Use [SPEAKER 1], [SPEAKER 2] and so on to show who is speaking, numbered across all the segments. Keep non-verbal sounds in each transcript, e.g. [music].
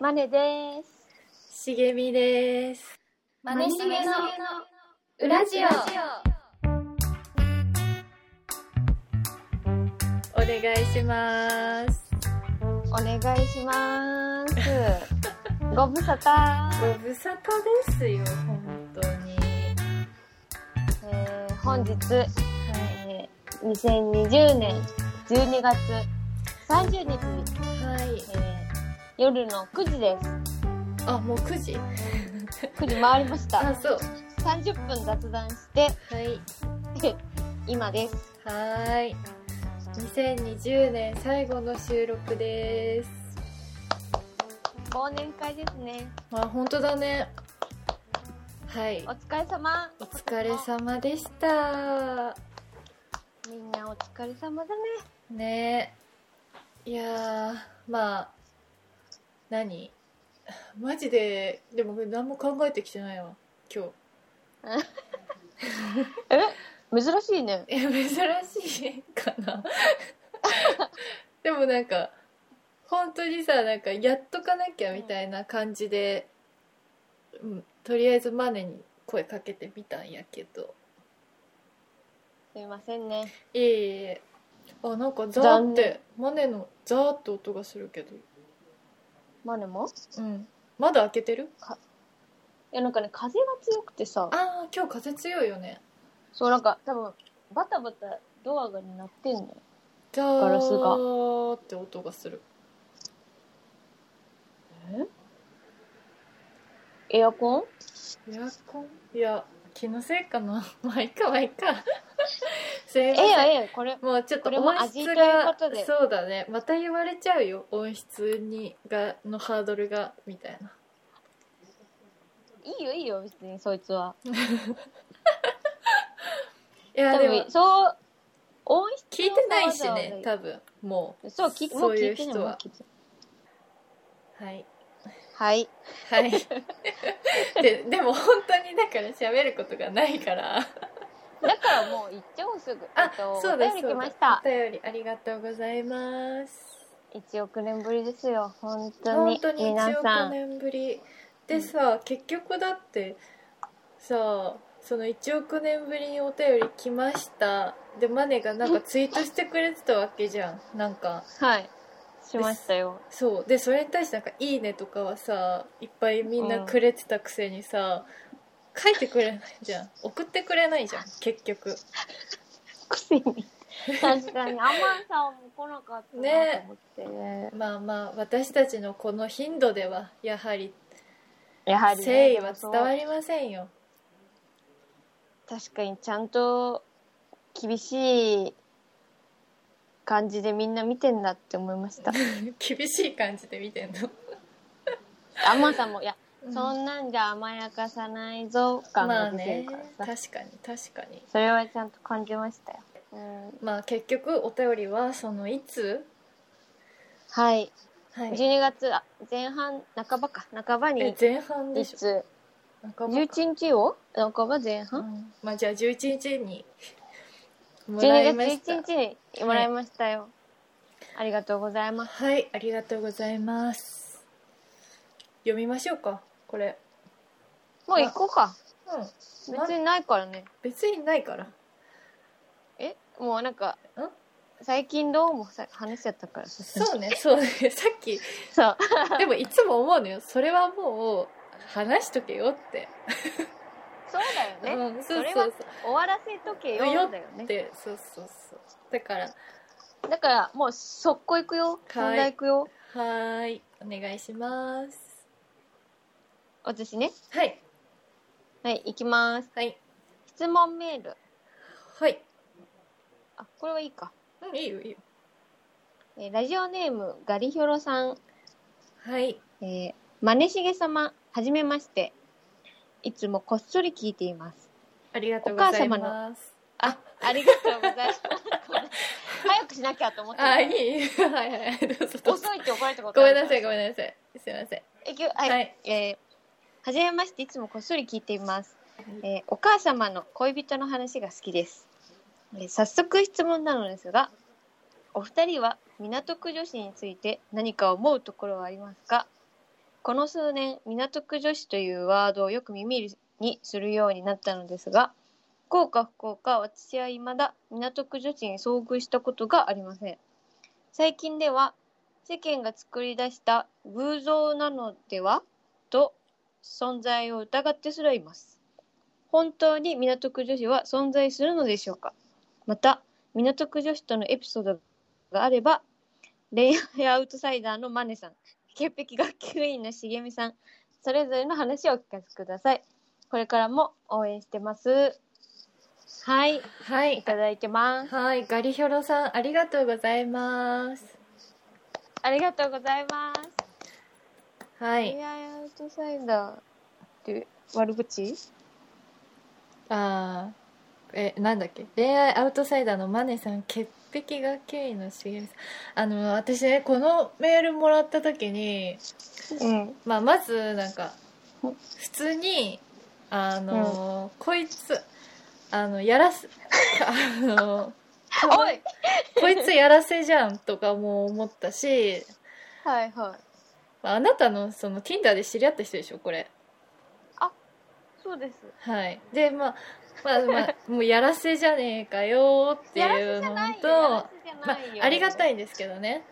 [SPEAKER 1] マネです。
[SPEAKER 2] しげみです。
[SPEAKER 1] マ
[SPEAKER 3] ネしげの
[SPEAKER 1] 裏ジオ。
[SPEAKER 2] お願いします。
[SPEAKER 1] お願いし
[SPEAKER 2] [laughs]
[SPEAKER 1] ます。ご無沙汰。
[SPEAKER 2] ご無沙汰ですよ、本当に。
[SPEAKER 1] えー本日、えー2020年12月30日、
[SPEAKER 2] はい。
[SPEAKER 1] えー夜の9時です。
[SPEAKER 2] あ、もう9時
[SPEAKER 1] 9時回りました。
[SPEAKER 2] あ、そう。
[SPEAKER 1] 30分雑談して、
[SPEAKER 2] はい。
[SPEAKER 1] 今です。
[SPEAKER 2] はーい。2020年最後の収録です。
[SPEAKER 1] 忘年会ですね。
[SPEAKER 2] あ、本当だね。はい
[SPEAKER 1] お。疲れ様。
[SPEAKER 2] お疲れ様でした。
[SPEAKER 1] みんなお疲れ様だね。
[SPEAKER 2] ねえいやーまあ何マジででも何も考えてきてないわ今
[SPEAKER 1] 珍しいね。
[SPEAKER 2] 日いや珍しいかな [laughs] でもなんか本当にさなんかやっとかなきゃみたいな感じで、うん、とりあえずマネに声かけてみたんやけど
[SPEAKER 1] すいませんね。
[SPEAKER 2] いえいえあなんかザーってマネのザーって音がするけど
[SPEAKER 1] マネも
[SPEAKER 2] うんまだ開けてる
[SPEAKER 1] いやなんかね風が強くてさ
[SPEAKER 2] ああ今日風強いよね
[SPEAKER 1] そうなんか多分バタバタドアが鳴ってんのよ
[SPEAKER 2] じゃあ
[SPEAKER 1] ガラスが
[SPEAKER 2] ーって音がする
[SPEAKER 1] エアコン
[SPEAKER 2] エアコンいや気のせいかな [laughs] まあいいかまあいい [laughs] かすい
[SPEAKER 1] え
[SPEAKER 2] ま
[SPEAKER 1] え
[SPEAKER 2] せん
[SPEAKER 1] やええやこれ
[SPEAKER 2] もうちょっと
[SPEAKER 1] これも
[SPEAKER 2] 音
[SPEAKER 1] 味
[SPEAKER 2] 質
[SPEAKER 1] という
[SPEAKER 2] が
[SPEAKER 1] ことで
[SPEAKER 2] そうだねまた言われちゃうよ音質にがのハードルがみたいない
[SPEAKER 1] いよいいよ別にそいつはい
[SPEAKER 2] や
[SPEAKER 1] 多
[SPEAKER 2] でも
[SPEAKER 1] 分そう音質
[SPEAKER 2] 聞いてないし
[SPEAKER 1] わざ
[SPEAKER 2] ね
[SPEAKER 1] わざ
[SPEAKER 2] 多分も
[SPEAKER 1] そう聞いてもう
[SPEAKER 2] そうい
[SPEAKER 1] 聞
[SPEAKER 2] う
[SPEAKER 1] いてない
[SPEAKER 2] 人は
[SPEAKER 1] もう聞いてないう [laughs]
[SPEAKER 2] はい
[SPEAKER 1] はい
[SPEAKER 2] はいででも本当にだから喋ることがないから
[SPEAKER 1] だからもう行っちゃおうすぐ
[SPEAKER 2] あ
[SPEAKER 1] えっと
[SPEAKER 2] そうで
[SPEAKER 1] お
[SPEAKER 2] す
[SPEAKER 1] 便り来まし
[SPEAKER 2] お
[SPEAKER 1] た
[SPEAKER 2] 便りありがとうございます
[SPEAKER 1] 1億年ぶりですよ本当
[SPEAKER 2] 本
[SPEAKER 1] に
[SPEAKER 2] 当に
[SPEAKER 1] 皆
[SPEAKER 2] 1
[SPEAKER 1] さ
[SPEAKER 2] 億
[SPEAKER 1] ん
[SPEAKER 2] 年ぶりでさ、結局だってさその1億年ぶりにお便り来ましたでマネがなんかツイートしてくれてたわけじゃんなんか
[SPEAKER 1] はいしました
[SPEAKER 2] [laughs]
[SPEAKER 1] よ
[SPEAKER 2] そうでそれに対してなんか「いいね」とかはさいっぱいみんなくれてたくせにさ、書いてくれないじゃん送ってくれないじゃん結局
[SPEAKER 1] くせに確かにアマンさんも来なかったなと思って、ね、
[SPEAKER 2] まあまあ私たちのこの頻度ではやはり
[SPEAKER 1] やはり、
[SPEAKER 2] 誠
[SPEAKER 1] ね、
[SPEAKER 2] 意は伝わりませんよ [laughs]
[SPEAKER 1] 確かにちゃんと厳しい感じでみんな見てんだって思いました
[SPEAKER 2] [laughs] 厳しい感じで見てんの
[SPEAKER 1] アマさんもいやそ
[SPEAKER 2] うん
[SPEAKER 1] なんじゃ甘やかさないぞ感
[SPEAKER 2] まあ
[SPEAKER 1] が出て
[SPEAKER 2] ね
[SPEAKER 1] るからさ、
[SPEAKER 2] 確かに確かに
[SPEAKER 1] それはちゃんと感じましたよ、うん、
[SPEAKER 2] まあ結局お便りはそのいつ
[SPEAKER 1] はい
[SPEAKER 2] はい
[SPEAKER 1] 12月あ前半半ばか半ば
[SPEAKER 2] え
[SPEAKER 1] に
[SPEAKER 2] 前半で
[SPEAKER 1] い
[SPEAKER 2] しょ
[SPEAKER 1] つ
[SPEAKER 2] 半ばか
[SPEAKER 1] 11日を半ば前
[SPEAKER 2] う
[SPEAKER 1] 半
[SPEAKER 2] んまあじゃあ11日にもらい
[SPEAKER 1] 12
[SPEAKER 2] まし
[SPEAKER 1] 月
[SPEAKER 2] た
[SPEAKER 1] 11日にもらいましたよ、ありがとうございます
[SPEAKER 2] はいありがとうございます読みましょうかこれ
[SPEAKER 1] もう行こうか
[SPEAKER 2] うん
[SPEAKER 1] 別にないからね
[SPEAKER 2] 別にないから
[SPEAKER 1] えもうなんか
[SPEAKER 2] ん
[SPEAKER 1] 最近どうもさ話しちゃったから [laughs] さ
[SPEAKER 2] そうね [laughs] そうねさ
[SPEAKER 1] [laughs]
[SPEAKER 2] っき
[SPEAKER 1] そう
[SPEAKER 2] でもいつも思うのよそれはもう話しとけよって
[SPEAKER 1] そうだよね。
[SPEAKER 2] うんそ
[SPEAKER 1] そ
[SPEAKER 2] うそう
[SPEAKER 1] れ
[SPEAKER 2] そ
[SPEAKER 1] は
[SPEAKER 2] う
[SPEAKER 1] 終わらせとけよ
[SPEAKER 2] よ
[SPEAKER 1] だよね
[SPEAKER 2] っ。てそうそうそうだから
[SPEAKER 1] だからもう速攻行くよ。本題行くよ。
[SPEAKER 2] はーい、お願いします。
[SPEAKER 1] 私ね。
[SPEAKER 2] はい、
[SPEAKER 1] はい、行きます。
[SPEAKER 2] はい、
[SPEAKER 1] 質問メール。
[SPEAKER 2] はい。
[SPEAKER 1] あ、これはいいか。
[SPEAKER 2] うん、いいよ、いいよ。
[SPEAKER 1] えーラジオネーム、ガリヒョロさん。
[SPEAKER 2] はい、
[SPEAKER 1] えー、マネシゲ様、はじめまして。いつもこっそり聞いています。
[SPEAKER 2] ありがとうございます。
[SPEAKER 1] あ、ありがとうござい
[SPEAKER 2] [laughs]
[SPEAKER 1] ます。早くしなきゃと思ってた
[SPEAKER 2] あ、いいはいはい。どうぞどうぞ。
[SPEAKER 1] 遅いって怒られたこと
[SPEAKER 2] ご
[SPEAKER 1] あ
[SPEAKER 2] め
[SPEAKER 1] る
[SPEAKER 2] んなさい、ごめんなさい。すいません。
[SPEAKER 1] え今日はい、
[SPEAKER 2] はい
[SPEAKER 1] えーはじめましていつもこっそり聞いています、えーお母様の恋人の話が好きです、えー早速質問なのですがお二人は港区女子について何か思うところはありますかこの数年港区女子というワードをよく耳にするようになったのですが福岡福岡私は未だ港区女子に遭遇したことがありません最近では世間が作り出した偶像なのではと存在を疑ってすらいます本当に港区女子は存在するのでしょうかまた港区女子とのエピソードがあれば恋愛アウトサイダーのマネさん潔癖学級委員の茂美さんそれぞれの話をお聞かせくださいこれからも応援してますはい
[SPEAKER 2] はいい
[SPEAKER 1] ただいてます
[SPEAKER 2] はいガリヒョロさんありがとうございます
[SPEAKER 1] ありがとうございます
[SPEAKER 2] はい
[SPEAKER 1] 恋愛アウトサイダーって悪口
[SPEAKER 2] あーえなんだっけ恋愛アウトサイダーのマネさん潔癖が経緯のしげみさんあの私ねこのメールもらった時に、
[SPEAKER 1] うん
[SPEAKER 2] まあ、まずなんか普通にあの、こいつあのやらす [laughs] あの
[SPEAKER 1] おい
[SPEAKER 2] こいつやらせじゃんとかも思ったし
[SPEAKER 1] はいはい
[SPEAKER 2] まああなたのその Tinder で知り合った人でしょこれ
[SPEAKER 1] そうです
[SPEAKER 2] はいでまあまあまあ
[SPEAKER 1] [laughs]
[SPEAKER 2] もうやらせじゃねえかよって
[SPEAKER 1] やら
[SPEAKER 2] い
[SPEAKER 1] せ
[SPEAKER 2] う
[SPEAKER 1] じゃ
[SPEAKER 2] の
[SPEAKER 1] ないよ
[SPEAKER 2] と
[SPEAKER 1] やらせじゃ
[SPEAKER 2] まあ
[SPEAKER 1] ないよ、
[SPEAKER 2] ありがた
[SPEAKER 1] い、
[SPEAKER 2] いんですけどね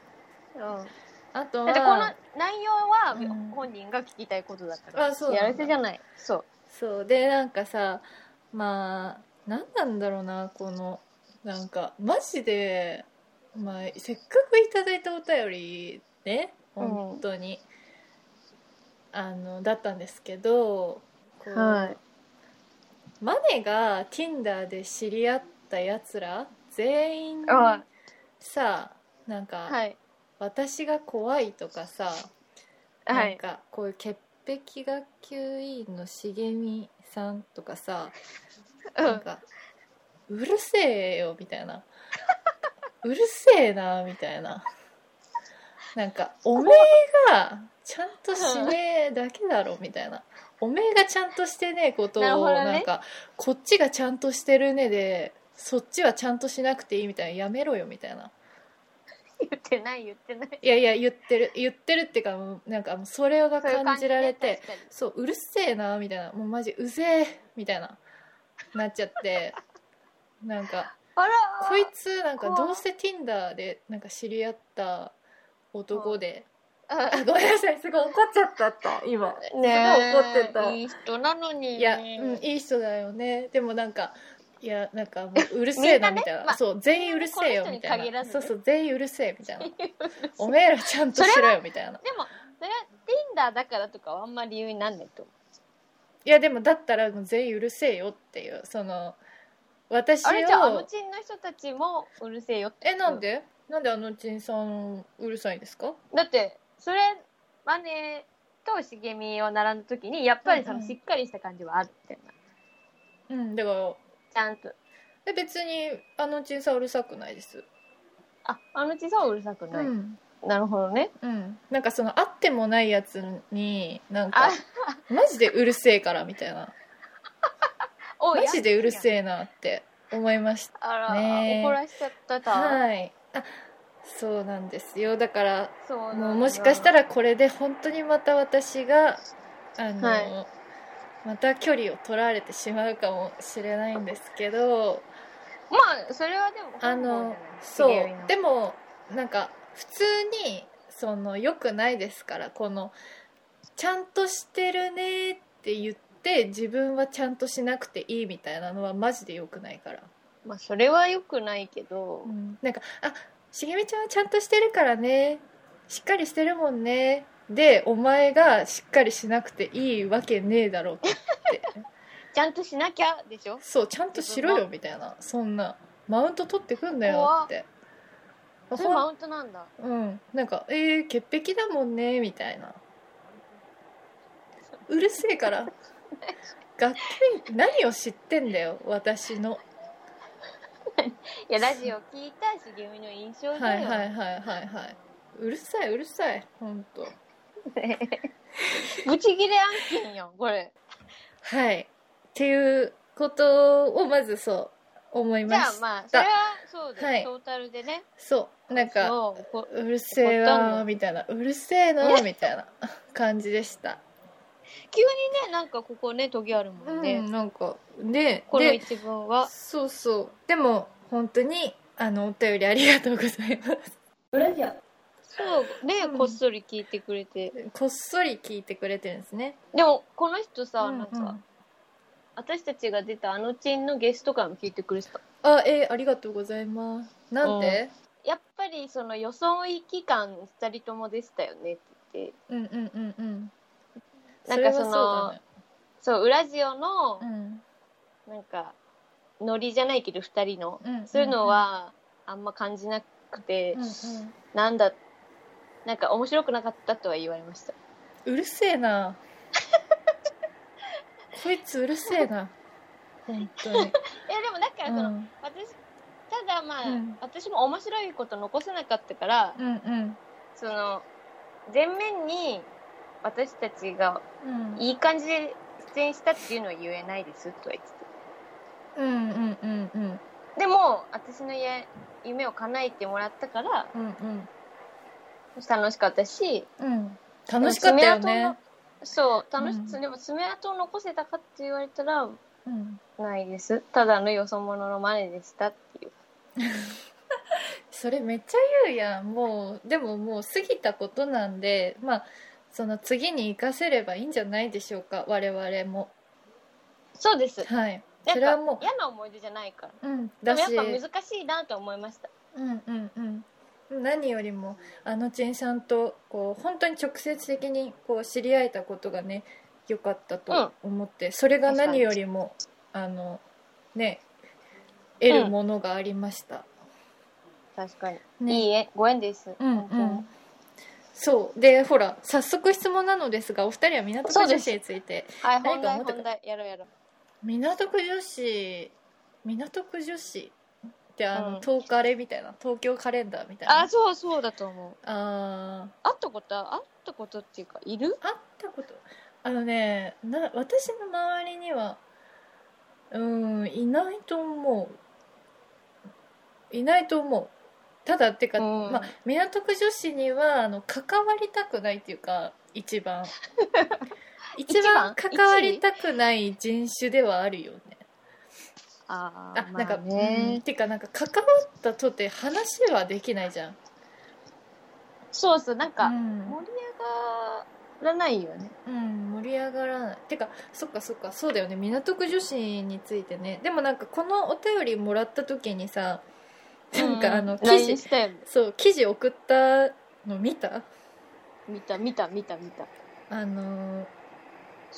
[SPEAKER 1] うん、だ
[SPEAKER 2] あと
[SPEAKER 1] ってこの
[SPEAKER 2] は
[SPEAKER 1] 内容は
[SPEAKER 2] うん
[SPEAKER 1] 本人が聞きたいことだから、
[SPEAKER 2] あそうなんだ
[SPEAKER 1] やらせじゃないそう
[SPEAKER 2] そうでなんかさまあ何なんだろうなこのなんかマジで、まあ、せっかくいただいたお便りね
[SPEAKER 1] うん
[SPEAKER 2] 本当に、あのだったんですけどこう
[SPEAKER 1] はい
[SPEAKER 2] マネが Tinder で知り合ったやつら全員
[SPEAKER 1] はい
[SPEAKER 2] さなんか、
[SPEAKER 1] はい
[SPEAKER 2] 私が怖いとかさ、
[SPEAKER 1] は
[SPEAKER 2] なん
[SPEAKER 1] い
[SPEAKER 2] かこういう潔癖学級委員の茂みさんとかさ、
[SPEAKER 1] う
[SPEAKER 2] なん
[SPEAKER 1] ん
[SPEAKER 2] かうるせえよみたいなうるせえなみたいななんかおめえがちゃんとしねえだけだろみたいなおめえがちゃんとしてねえことを
[SPEAKER 1] なるほどね
[SPEAKER 2] なんかこっちがちゃんとしてるねでそっちはちゃんとしなくていいみたいなやめろよみたいな
[SPEAKER 1] 言ってない言ってない
[SPEAKER 2] いやいや言ってる言ってるっていうかもうなんかもうそれが
[SPEAKER 1] そういう
[SPEAKER 2] 感じられて
[SPEAKER 1] 確かに
[SPEAKER 2] そううるせえなみたいなもうマジうぜえみたいななっちゃってなんか
[SPEAKER 1] あら
[SPEAKER 2] こいつなんか
[SPEAKER 1] 怖い
[SPEAKER 2] どうせ Tinder でなんか知り合った男で
[SPEAKER 1] あ
[SPEAKER 2] あごめんなさいすごい怒っちゃったった今
[SPEAKER 1] ね
[SPEAKER 2] すごい怒ってた
[SPEAKER 1] えいい人なのに
[SPEAKER 2] いや、うん、いい人だよねでもなんかいやなんかもううるせえなみ
[SPEAKER 1] みんなね
[SPEAKER 2] たいな、
[SPEAKER 1] まあ
[SPEAKER 2] そう全員うるせえよ
[SPEAKER 1] この人
[SPEAKER 2] み
[SPEAKER 1] に
[SPEAKER 2] たいな
[SPEAKER 1] 限らずね
[SPEAKER 2] そうそう全員うるせえ
[SPEAKER 1] [laughs]
[SPEAKER 2] みたいなおめえらちゃんとしろよみたいな
[SPEAKER 1] でもそれは Tinder だからとかはあんま理由になんないと思
[SPEAKER 2] いやでもだったらもう全員うるせえよっていうその私
[SPEAKER 1] うあれじゃああの
[SPEAKER 2] を
[SPEAKER 1] ちんの人たちもうるせえよって
[SPEAKER 2] えなんで、なんであのちんさんうるさいんですか
[SPEAKER 1] だってそれマネと茂みを並んだ時にやっぱりそ
[SPEAKER 2] うん
[SPEAKER 1] の
[SPEAKER 2] うん
[SPEAKER 1] しっかりした感じはあるみたいな
[SPEAKER 2] うんだから
[SPEAKER 1] ちゃんと
[SPEAKER 2] え別にあのちんさんうるさくないです、
[SPEAKER 1] ああのちさはうるさくない、
[SPEAKER 2] うん
[SPEAKER 1] なるほどね
[SPEAKER 2] うん、なんかその会ってもないやつになんか
[SPEAKER 1] あ
[SPEAKER 2] [laughs] マジでうるせえからみたいな
[SPEAKER 1] お
[SPEAKER 2] マジでうる
[SPEAKER 1] え
[SPEAKER 2] せえなって思いました
[SPEAKER 1] あら、
[SPEAKER 2] ねえ
[SPEAKER 1] 怒らしちゃったた、
[SPEAKER 2] はいあそうなんですよだから
[SPEAKER 1] そうなんだ
[SPEAKER 2] もうもしかしたらこれで本当にまた私があの、
[SPEAKER 1] は
[SPEAKER 2] また距離を取られてしまうかもしれないんですけど
[SPEAKER 1] まあそれはでも
[SPEAKER 2] あ
[SPEAKER 1] 本望
[SPEAKER 2] の
[SPEAKER 1] じゃない
[SPEAKER 2] そう
[SPEAKER 1] 茂みの
[SPEAKER 2] でもなんか普通にその良くないですからこの「ちゃんとしてるね」って言って自分はちゃんとしなくていいみたいなのはマジで良くないから、
[SPEAKER 1] まあそれは良くないけど、
[SPEAKER 2] なんか「あしげみちゃんはちゃんとしてるからねしっかりしてるもんね」でお前がしっかりしなくていいわけねえだろって
[SPEAKER 1] ちゃんとしなきゃでしょ
[SPEAKER 2] そうちゃんとしろよみたいなそんなマウント取ってくんだよって。
[SPEAKER 1] それマウントなんだ
[SPEAKER 2] うん、なんか「えー、潔癖だもんね」みたいな「うるせ
[SPEAKER 1] [laughs]
[SPEAKER 2] えから学級委員何を知ってんだよ私の」
[SPEAKER 1] いやラジオ聞いた茂みの印象
[SPEAKER 2] は
[SPEAKER 1] だ
[SPEAKER 2] い
[SPEAKER 1] よ、
[SPEAKER 2] はいはいはいはいうるさいうるさい本当
[SPEAKER 1] [laughs] ブチギレ案件やんこれ
[SPEAKER 2] はいっていうことをまずそう思い
[SPEAKER 1] じ
[SPEAKER 2] ま
[SPEAKER 1] ゃあ
[SPEAKER 2] した
[SPEAKER 1] まあそれはそうです、
[SPEAKER 2] はい
[SPEAKER 1] トータルでね
[SPEAKER 2] そうなんか
[SPEAKER 1] そうこ
[SPEAKER 2] 「うるせえわ」みたいな「うるせえな」みたいな感じでした、
[SPEAKER 1] 急にねなんかここねトゲあるもんね、
[SPEAKER 2] うんなんかで
[SPEAKER 1] この
[SPEAKER 2] で
[SPEAKER 1] 一文は
[SPEAKER 2] そうそうでも本当にあのお便りありがとうございます
[SPEAKER 1] そうね、
[SPEAKER 2] うん
[SPEAKER 1] こっそり聞いてくれて
[SPEAKER 2] こっそり聞いてくれてるんですね
[SPEAKER 1] でもこの人さ、
[SPEAKER 2] うん
[SPEAKER 1] なんか、
[SPEAKER 2] うん
[SPEAKER 1] 私たちが出たあのチンのゲスト回も聞いてくれてた
[SPEAKER 2] あえーありがとうございますなんて、
[SPEAKER 1] やっぱりその装い期間2人ともでしたよねって言って
[SPEAKER 2] うん、うんうんうん
[SPEAKER 1] な
[SPEAKER 2] そ
[SPEAKER 1] ん
[SPEAKER 2] れ
[SPEAKER 1] か
[SPEAKER 2] は
[SPEAKER 1] その
[SPEAKER 2] そう
[SPEAKER 1] そうウラジオの
[SPEAKER 2] だね
[SPEAKER 1] なんかノリじゃないけど2人の
[SPEAKER 2] うんんん
[SPEAKER 1] そういうのはあんま感じなくて、
[SPEAKER 2] うんうん
[SPEAKER 1] なんだなんか面白くなかったとは言われました
[SPEAKER 2] うるせえなこいつうるせえな本当に、
[SPEAKER 1] いやでもだからその、
[SPEAKER 2] うん
[SPEAKER 1] 私ただまあ、
[SPEAKER 2] うん
[SPEAKER 1] 私も面白いこと残せなかったから、
[SPEAKER 2] うんうん
[SPEAKER 1] その前面に私たちが
[SPEAKER 2] うん
[SPEAKER 1] いい感じで出演したっていうのは言えないですとは言ってて
[SPEAKER 2] うんうんうんうん
[SPEAKER 1] でも私のや夢を叶えてもらったから
[SPEAKER 2] うんうん
[SPEAKER 1] 楽しかったし
[SPEAKER 2] うん楽しかったよ
[SPEAKER 1] 爪痕
[SPEAKER 2] ね
[SPEAKER 1] のそう楽し、
[SPEAKER 2] うん
[SPEAKER 1] でも爪痕を残せたかって言われたら
[SPEAKER 2] うん
[SPEAKER 1] ないですただのよそ者のマネでしたっていう
[SPEAKER 2] それめっちゃ言うやんもうでももう過ぎたことなんでまあその次に生かせればいいんじゃないでしょうか我々も
[SPEAKER 1] そうです
[SPEAKER 2] はい
[SPEAKER 1] な
[SPEAKER 2] そ
[SPEAKER 1] ん
[SPEAKER 2] れ
[SPEAKER 1] か
[SPEAKER 2] はも
[SPEAKER 1] 嫌な思い出じゃないから
[SPEAKER 2] ううん
[SPEAKER 1] で
[SPEAKER 2] だ
[SPEAKER 1] も
[SPEAKER 2] し
[SPEAKER 1] やっぱ難しいなと思いました
[SPEAKER 2] うんうんうん何よりもあのちんさんとこう本当に直接的にこう知り合えたことがね良かったと思って、それが何よりもあのね得るものがありました、
[SPEAKER 1] 確かに、
[SPEAKER 2] ね
[SPEAKER 1] いいえご縁です、
[SPEAKER 2] うん
[SPEAKER 1] 本当に
[SPEAKER 2] うんそうでほら早速質問なのですがお二人は港区
[SPEAKER 1] そう
[SPEAKER 2] 女
[SPEAKER 1] です
[SPEAKER 2] 子について
[SPEAKER 1] はい
[SPEAKER 2] 誰
[SPEAKER 1] 本
[SPEAKER 2] か
[SPEAKER 1] 題
[SPEAKER 2] 思ってた
[SPEAKER 1] 本題やろうやろう
[SPEAKER 2] 港区女子港区女子ってあの、
[SPEAKER 1] うん
[SPEAKER 2] 東カレみたいな東京カレンダーみたいな
[SPEAKER 1] あそうそうだと思う
[SPEAKER 2] あー
[SPEAKER 1] 会ったことは会ったことっていうかいる
[SPEAKER 2] 会ったことあのねな私の周りにはうんいないと思ういないと思うただってか、
[SPEAKER 1] うん
[SPEAKER 2] まあ、港区女子にはあの関わりたくないっていうか
[SPEAKER 1] [laughs]
[SPEAKER 2] 一番一番
[SPEAKER 1] 一位
[SPEAKER 2] 関わりたくない人種ではあるよね
[SPEAKER 1] あ
[SPEAKER 2] あ、なんか、うん
[SPEAKER 1] ね
[SPEAKER 2] てかなんか関わったとて話はできないじゃん
[SPEAKER 1] そうそうなんか、
[SPEAKER 2] うん
[SPEAKER 1] 盛り上がらないよね
[SPEAKER 2] うん盛り上がらないてかそっかそっかそうだよね港区女子についてねでもなんかこのお便りもらった時にさ [laughs] なんかあの記
[SPEAKER 1] LINE
[SPEAKER 2] 事
[SPEAKER 1] したよ
[SPEAKER 2] そう記事送ったの見た
[SPEAKER 1] 見た見た見た見たちょ
[SPEAKER 2] あのー
[SPEAKER 1] っ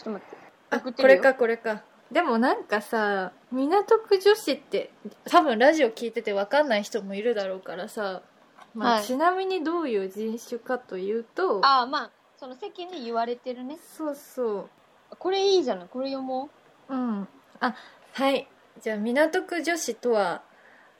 [SPEAKER 1] と待って
[SPEAKER 2] あ
[SPEAKER 1] 送って
[SPEAKER 2] こ
[SPEAKER 1] る
[SPEAKER 2] れ
[SPEAKER 1] よ
[SPEAKER 2] かこれかでもなんかさ港区女子って多分ラジオ聞いてて分かんない人もいるだろうからさ、まあ
[SPEAKER 1] はい
[SPEAKER 2] ちなみにどういう人種かというと
[SPEAKER 1] ああまあその世間に言われてるね
[SPEAKER 2] そうそう
[SPEAKER 1] これいいじゃないこれ読もう
[SPEAKER 2] うんあはいじゃあ港区女子とは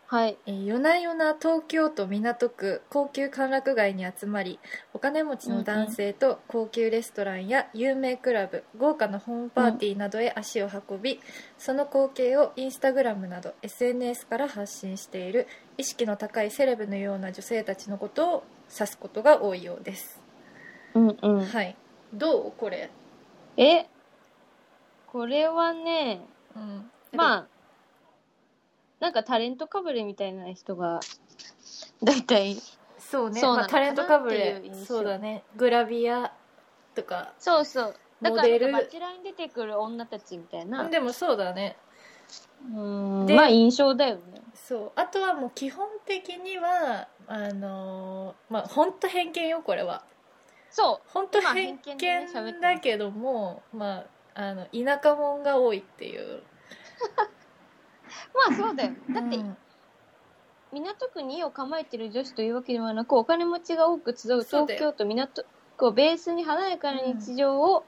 [SPEAKER 1] はい
[SPEAKER 2] えー夜な夜な東京都港区高級歓楽街に集まりお金持ちの男性と高級レストランや有名クラブ豪華なホームパーティーなどへ足を運び、その光景をインスタグラムなど SNS から発信している意識の高いセレブのような女性たちのことを指すことが多いようです、
[SPEAKER 1] うんうん
[SPEAKER 2] はいどうこれ、
[SPEAKER 1] えこれはね
[SPEAKER 2] うん、あ
[SPEAKER 1] まあなんかタレントかぶれみたいな人が大体
[SPEAKER 2] そうね
[SPEAKER 1] そうなの
[SPEAKER 2] まあ、タレントかぶ
[SPEAKER 1] かなっ
[SPEAKER 2] れ
[SPEAKER 1] ていう印象
[SPEAKER 2] そうだねグラビアとか
[SPEAKER 1] そうそうだか
[SPEAKER 2] モ
[SPEAKER 1] ら
[SPEAKER 2] デ
[SPEAKER 1] なん
[SPEAKER 2] ル
[SPEAKER 1] かバチェラーに出てくる女たちみたいな
[SPEAKER 2] でもそうだね
[SPEAKER 1] うん
[SPEAKER 2] で
[SPEAKER 1] まあ印象だよね
[SPEAKER 2] そうあとはもう基本的にはあのーまあ本当偏見よこれは
[SPEAKER 1] そ
[SPEAKER 2] 本当
[SPEAKER 1] まあ
[SPEAKER 2] 偏
[SPEAKER 1] 偏見でね喋って
[SPEAKER 2] 見
[SPEAKER 1] ます
[SPEAKER 2] だけども、まああの田舎者が多いっていう
[SPEAKER 1] うまあそうだよだって
[SPEAKER 2] うん
[SPEAKER 1] 港区に家を構えてる女子というわけではなくお金持ちが多く集う
[SPEAKER 2] そ
[SPEAKER 1] 東
[SPEAKER 2] うだよ
[SPEAKER 1] 京都港区をベースに華やかな日常を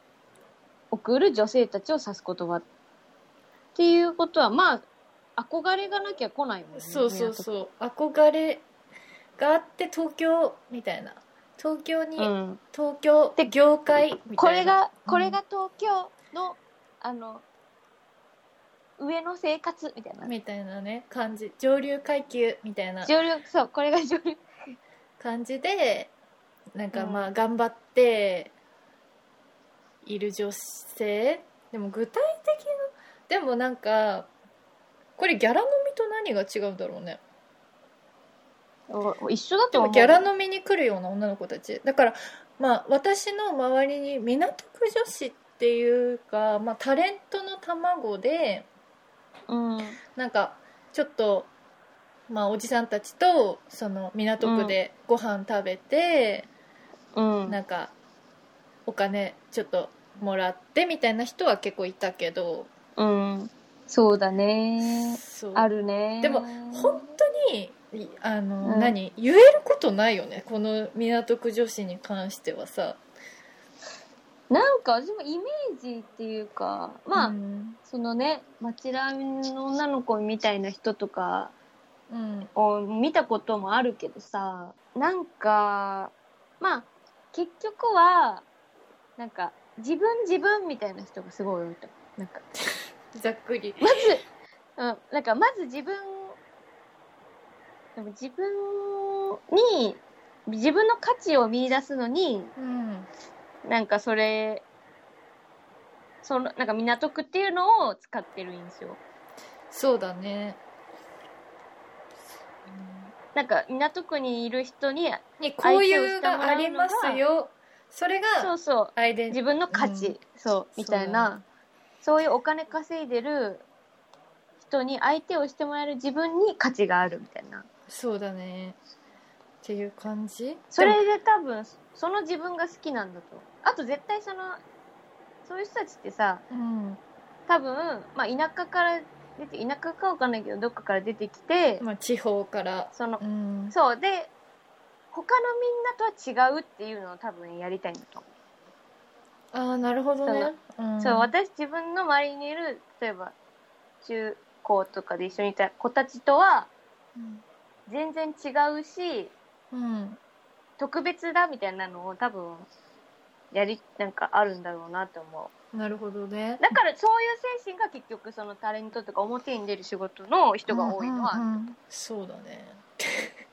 [SPEAKER 1] 送る女性たちを指す言葉っていうことはまあ憧れがなきゃ来ないもんね
[SPEAKER 2] そうそう
[SPEAKER 1] 港区
[SPEAKER 2] そう憧れがあって東京みたいな東京に、
[SPEAKER 1] うん、
[SPEAKER 2] 東京
[SPEAKER 1] で
[SPEAKER 2] 業界み
[SPEAKER 1] こ
[SPEAKER 2] た
[SPEAKER 1] れ
[SPEAKER 2] いな
[SPEAKER 1] がこれが東京のあの上の生活みたいな
[SPEAKER 2] みたいなね感じ上流階級みたいな
[SPEAKER 1] 上流そうこれが上流
[SPEAKER 2] 感じでなんか
[SPEAKER 1] うん
[SPEAKER 2] まあ頑張って、いる女性でも具体的なでもなんかこれギャラ飲みと何が違うんだろうね
[SPEAKER 1] お一緒だ
[SPEAKER 2] で
[SPEAKER 1] と思
[SPEAKER 2] も
[SPEAKER 1] う
[SPEAKER 2] ギャラ飲みに来るような女の子たちだからまあ私の周りに港区女子っていうか、まあ、タレントの卵で
[SPEAKER 1] うん
[SPEAKER 2] なんかちょっと、まあ、おじさんたちとその港区でご飯食べて、
[SPEAKER 1] うん
[SPEAKER 2] なんかお金ちょっともらってみたいな人は結構いたけど、
[SPEAKER 1] うんそうだね
[SPEAKER 2] そう
[SPEAKER 1] あるね
[SPEAKER 2] でも本当にいあの、
[SPEAKER 1] うん
[SPEAKER 2] 何言えることないよねこの港区女子に関してはさ。
[SPEAKER 1] なんか私もイメージっていうかまあ、
[SPEAKER 2] うん
[SPEAKER 1] そのね町ラミの女の子みたいな人とか
[SPEAKER 2] うん
[SPEAKER 1] を見たこともあるけどさなんかまあ結局はなんか自分自分みたいな人がすごい多いとなんか
[SPEAKER 2] ざっくり
[SPEAKER 1] まず、うん、なんかまず自分でも自分に自分の価値を見出すのに
[SPEAKER 2] うん
[SPEAKER 1] なんかそれそのなんか港区っていうのを使ってる印象
[SPEAKER 2] そうだね
[SPEAKER 1] なんか港区にいる人に
[SPEAKER 2] にこういうがありますよそれ
[SPEAKER 1] そ
[SPEAKER 2] が
[SPEAKER 1] うそう
[SPEAKER 2] アイデン
[SPEAKER 1] 自分の価値、
[SPEAKER 2] うん
[SPEAKER 1] そうみたいなそういうお金稼いでる人に相手をしてもらえる自分に価値があるみたいな
[SPEAKER 2] そうだねっていう感じ
[SPEAKER 1] それで多分その自分が好きなんだとあと絶対そのそういう人たちってさ
[SPEAKER 2] でもうん
[SPEAKER 1] 多分、まあ、田舎から出て田舎かわかんないけどどっかから出てきて、
[SPEAKER 2] まあ、地方から、
[SPEAKER 1] その
[SPEAKER 2] うん、
[SPEAKER 1] そうで他のみんなとは違うっていうのを多分やりたいんだと思う
[SPEAKER 2] ああなるほどねん
[SPEAKER 1] そう私自分の周りにいる例えば中高とかで一緒にいた子たちとは
[SPEAKER 2] うん
[SPEAKER 1] 全然違うし
[SPEAKER 2] うん
[SPEAKER 1] 特別だみたいなのを多分やりなんかあるんだろうなと思
[SPEAKER 2] なるほどね
[SPEAKER 1] うだからそういう精神が結局そのタレントとか表に出る仕事の人が多いのは、
[SPEAKER 2] うんうんうんそうだね [laughs]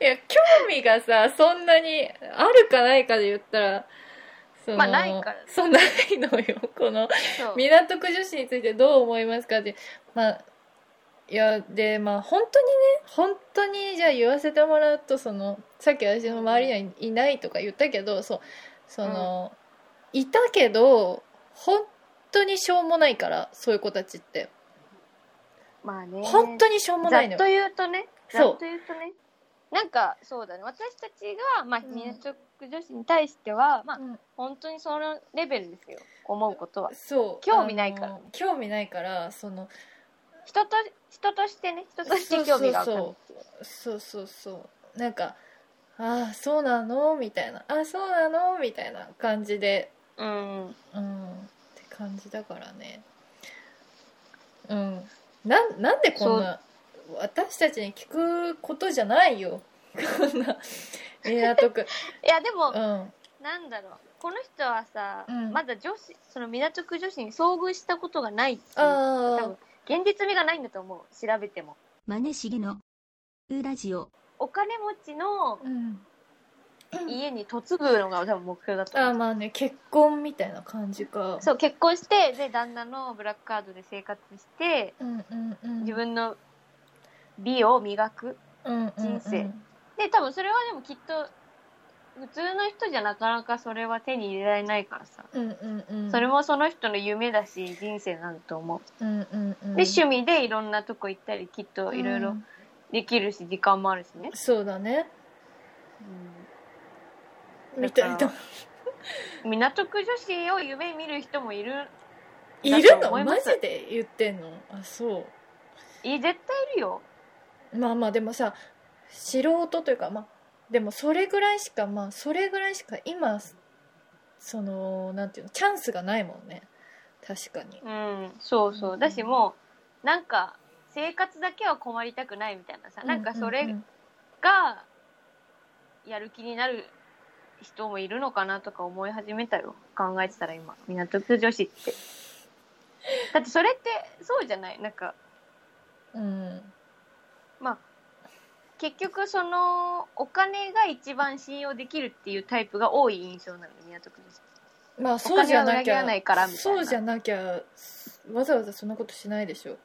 [SPEAKER 2] いや興味がさそんなにあるかないかで言ったらその
[SPEAKER 1] まあないから
[SPEAKER 2] そうないのよこの
[SPEAKER 1] そう
[SPEAKER 2] 港区女子についてどう思いますかってまあいやでまあ本当にね本当にじゃあ言わせてもらうとそのさっき私の周りにはいいないとか言ったけどそうその、いたけど本当にしょうもないからそういう子たちって
[SPEAKER 1] まあね
[SPEAKER 2] 本当にしょうも
[SPEAKER 1] ざ
[SPEAKER 2] ないの
[SPEAKER 1] っ
[SPEAKER 2] よ
[SPEAKER 1] と言うとねざ
[SPEAKER 2] そう
[SPEAKER 1] っと言うとねなんかそうだね私たちが、まあ、
[SPEAKER 2] うん
[SPEAKER 1] 港区女子に対しては、まあ
[SPEAKER 2] うん
[SPEAKER 1] 本当にそのレベルですよ思うことは
[SPEAKER 2] そう
[SPEAKER 1] 興味ないから
[SPEAKER 2] あの興味ないからその
[SPEAKER 1] 人と人としてね人として興味があるっていう
[SPEAKER 2] そうそうそうなんかああそうなのみたいなああそうなのみたいな感じで
[SPEAKER 1] うん
[SPEAKER 2] うんって感じだからねうんなんなんでこんな私たちに聞くことじゃないよこんな
[SPEAKER 1] [laughs]
[SPEAKER 2] 港区
[SPEAKER 1] いやでも、
[SPEAKER 2] うん
[SPEAKER 1] なんだろうこの人はさ、
[SPEAKER 2] うん
[SPEAKER 1] まだ女子その港区女子に遭遇したことがないっていう多
[SPEAKER 2] あ
[SPEAKER 1] 分現実味がないんだと思う調べても
[SPEAKER 3] マネしげのウラジオ
[SPEAKER 1] お金持ちの
[SPEAKER 2] ー、うん、
[SPEAKER 1] 家に嫁ぐのが多分目標だと
[SPEAKER 2] あ
[SPEAKER 1] 思
[SPEAKER 2] ー
[SPEAKER 1] う、
[SPEAKER 2] まあね結婚みたいな感じか
[SPEAKER 1] そう結婚してで旦那のブラックカードで生活して
[SPEAKER 2] うんうんうん
[SPEAKER 1] 自分の美を磨く
[SPEAKER 2] うんうんうん
[SPEAKER 1] 人生で多分それはでもきっと普通の人じゃなかなかそれは手に入れられないからさ
[SPEAKER 2] うんうんうん
[SPEAKER 1] それもその人の夢だし人生なんだと思う、
[SPEAKER 2] うんうんうん
[SPEAKER 1] で趣味でいろんなとこ行ったりきっといろいうろ
[SPEAKER 2] ん
[SPEAKER 1] できるし時間もあるしね、
[SPEAKER 2] そうだね
[SPEAKER 1] だ
[SPEAKER 2] み
[SPEAKER 1] か
[SPEAKER 2] た
[SPEAKER 1] ら
[SPEAKER 2] いな
[SPEAKER 1] 港区女子を夢見る人もいる
[SPEAKER 2] いる
[SPEAKER 1] だと
[SPEAKER 2] の
[SPEAKER 1] 思いま
[SPEAKER 2] マ
[SPEAKER 1] す
[SPEAKER 2] ジで言ってんのあそう
[SPEAKER 1] い絶対いるよ
[SPEAKER 2] まあまあでもさ素人というかまあでもそれぐらいしかまあそれぐらいしか今そのなんていうのチャンスがないもんね確かに
[SPEAKER 1] うんそうそうだしもうなんか生活だけは困りたくないみたいなさなんかそれ
[SPEAKER 2] ううん
[SPEAKER 1] がやる気になる人もいるのかなとか思い始めたよ考えてたら今港区女子 [laughs] ってだってそれってそうじゃないなんか
[SPEAKER 2] うんうん
[SPEAKER 1] まあ結局そのお金が一番信用できるっていうタイプが多い印象なので港区女子
[SPEAKER 2] まあそうじゃ
[SPEAKER 1] お金は裏
[SPEAKER 2] なき
[SPEAKER 1] 切ら
[SPEAKER 2] ゃ
[SPEAKER 1] ないからみたいな
[SPEAKER 2] そうじゃなきゃわざわざそんなことしないでしょ、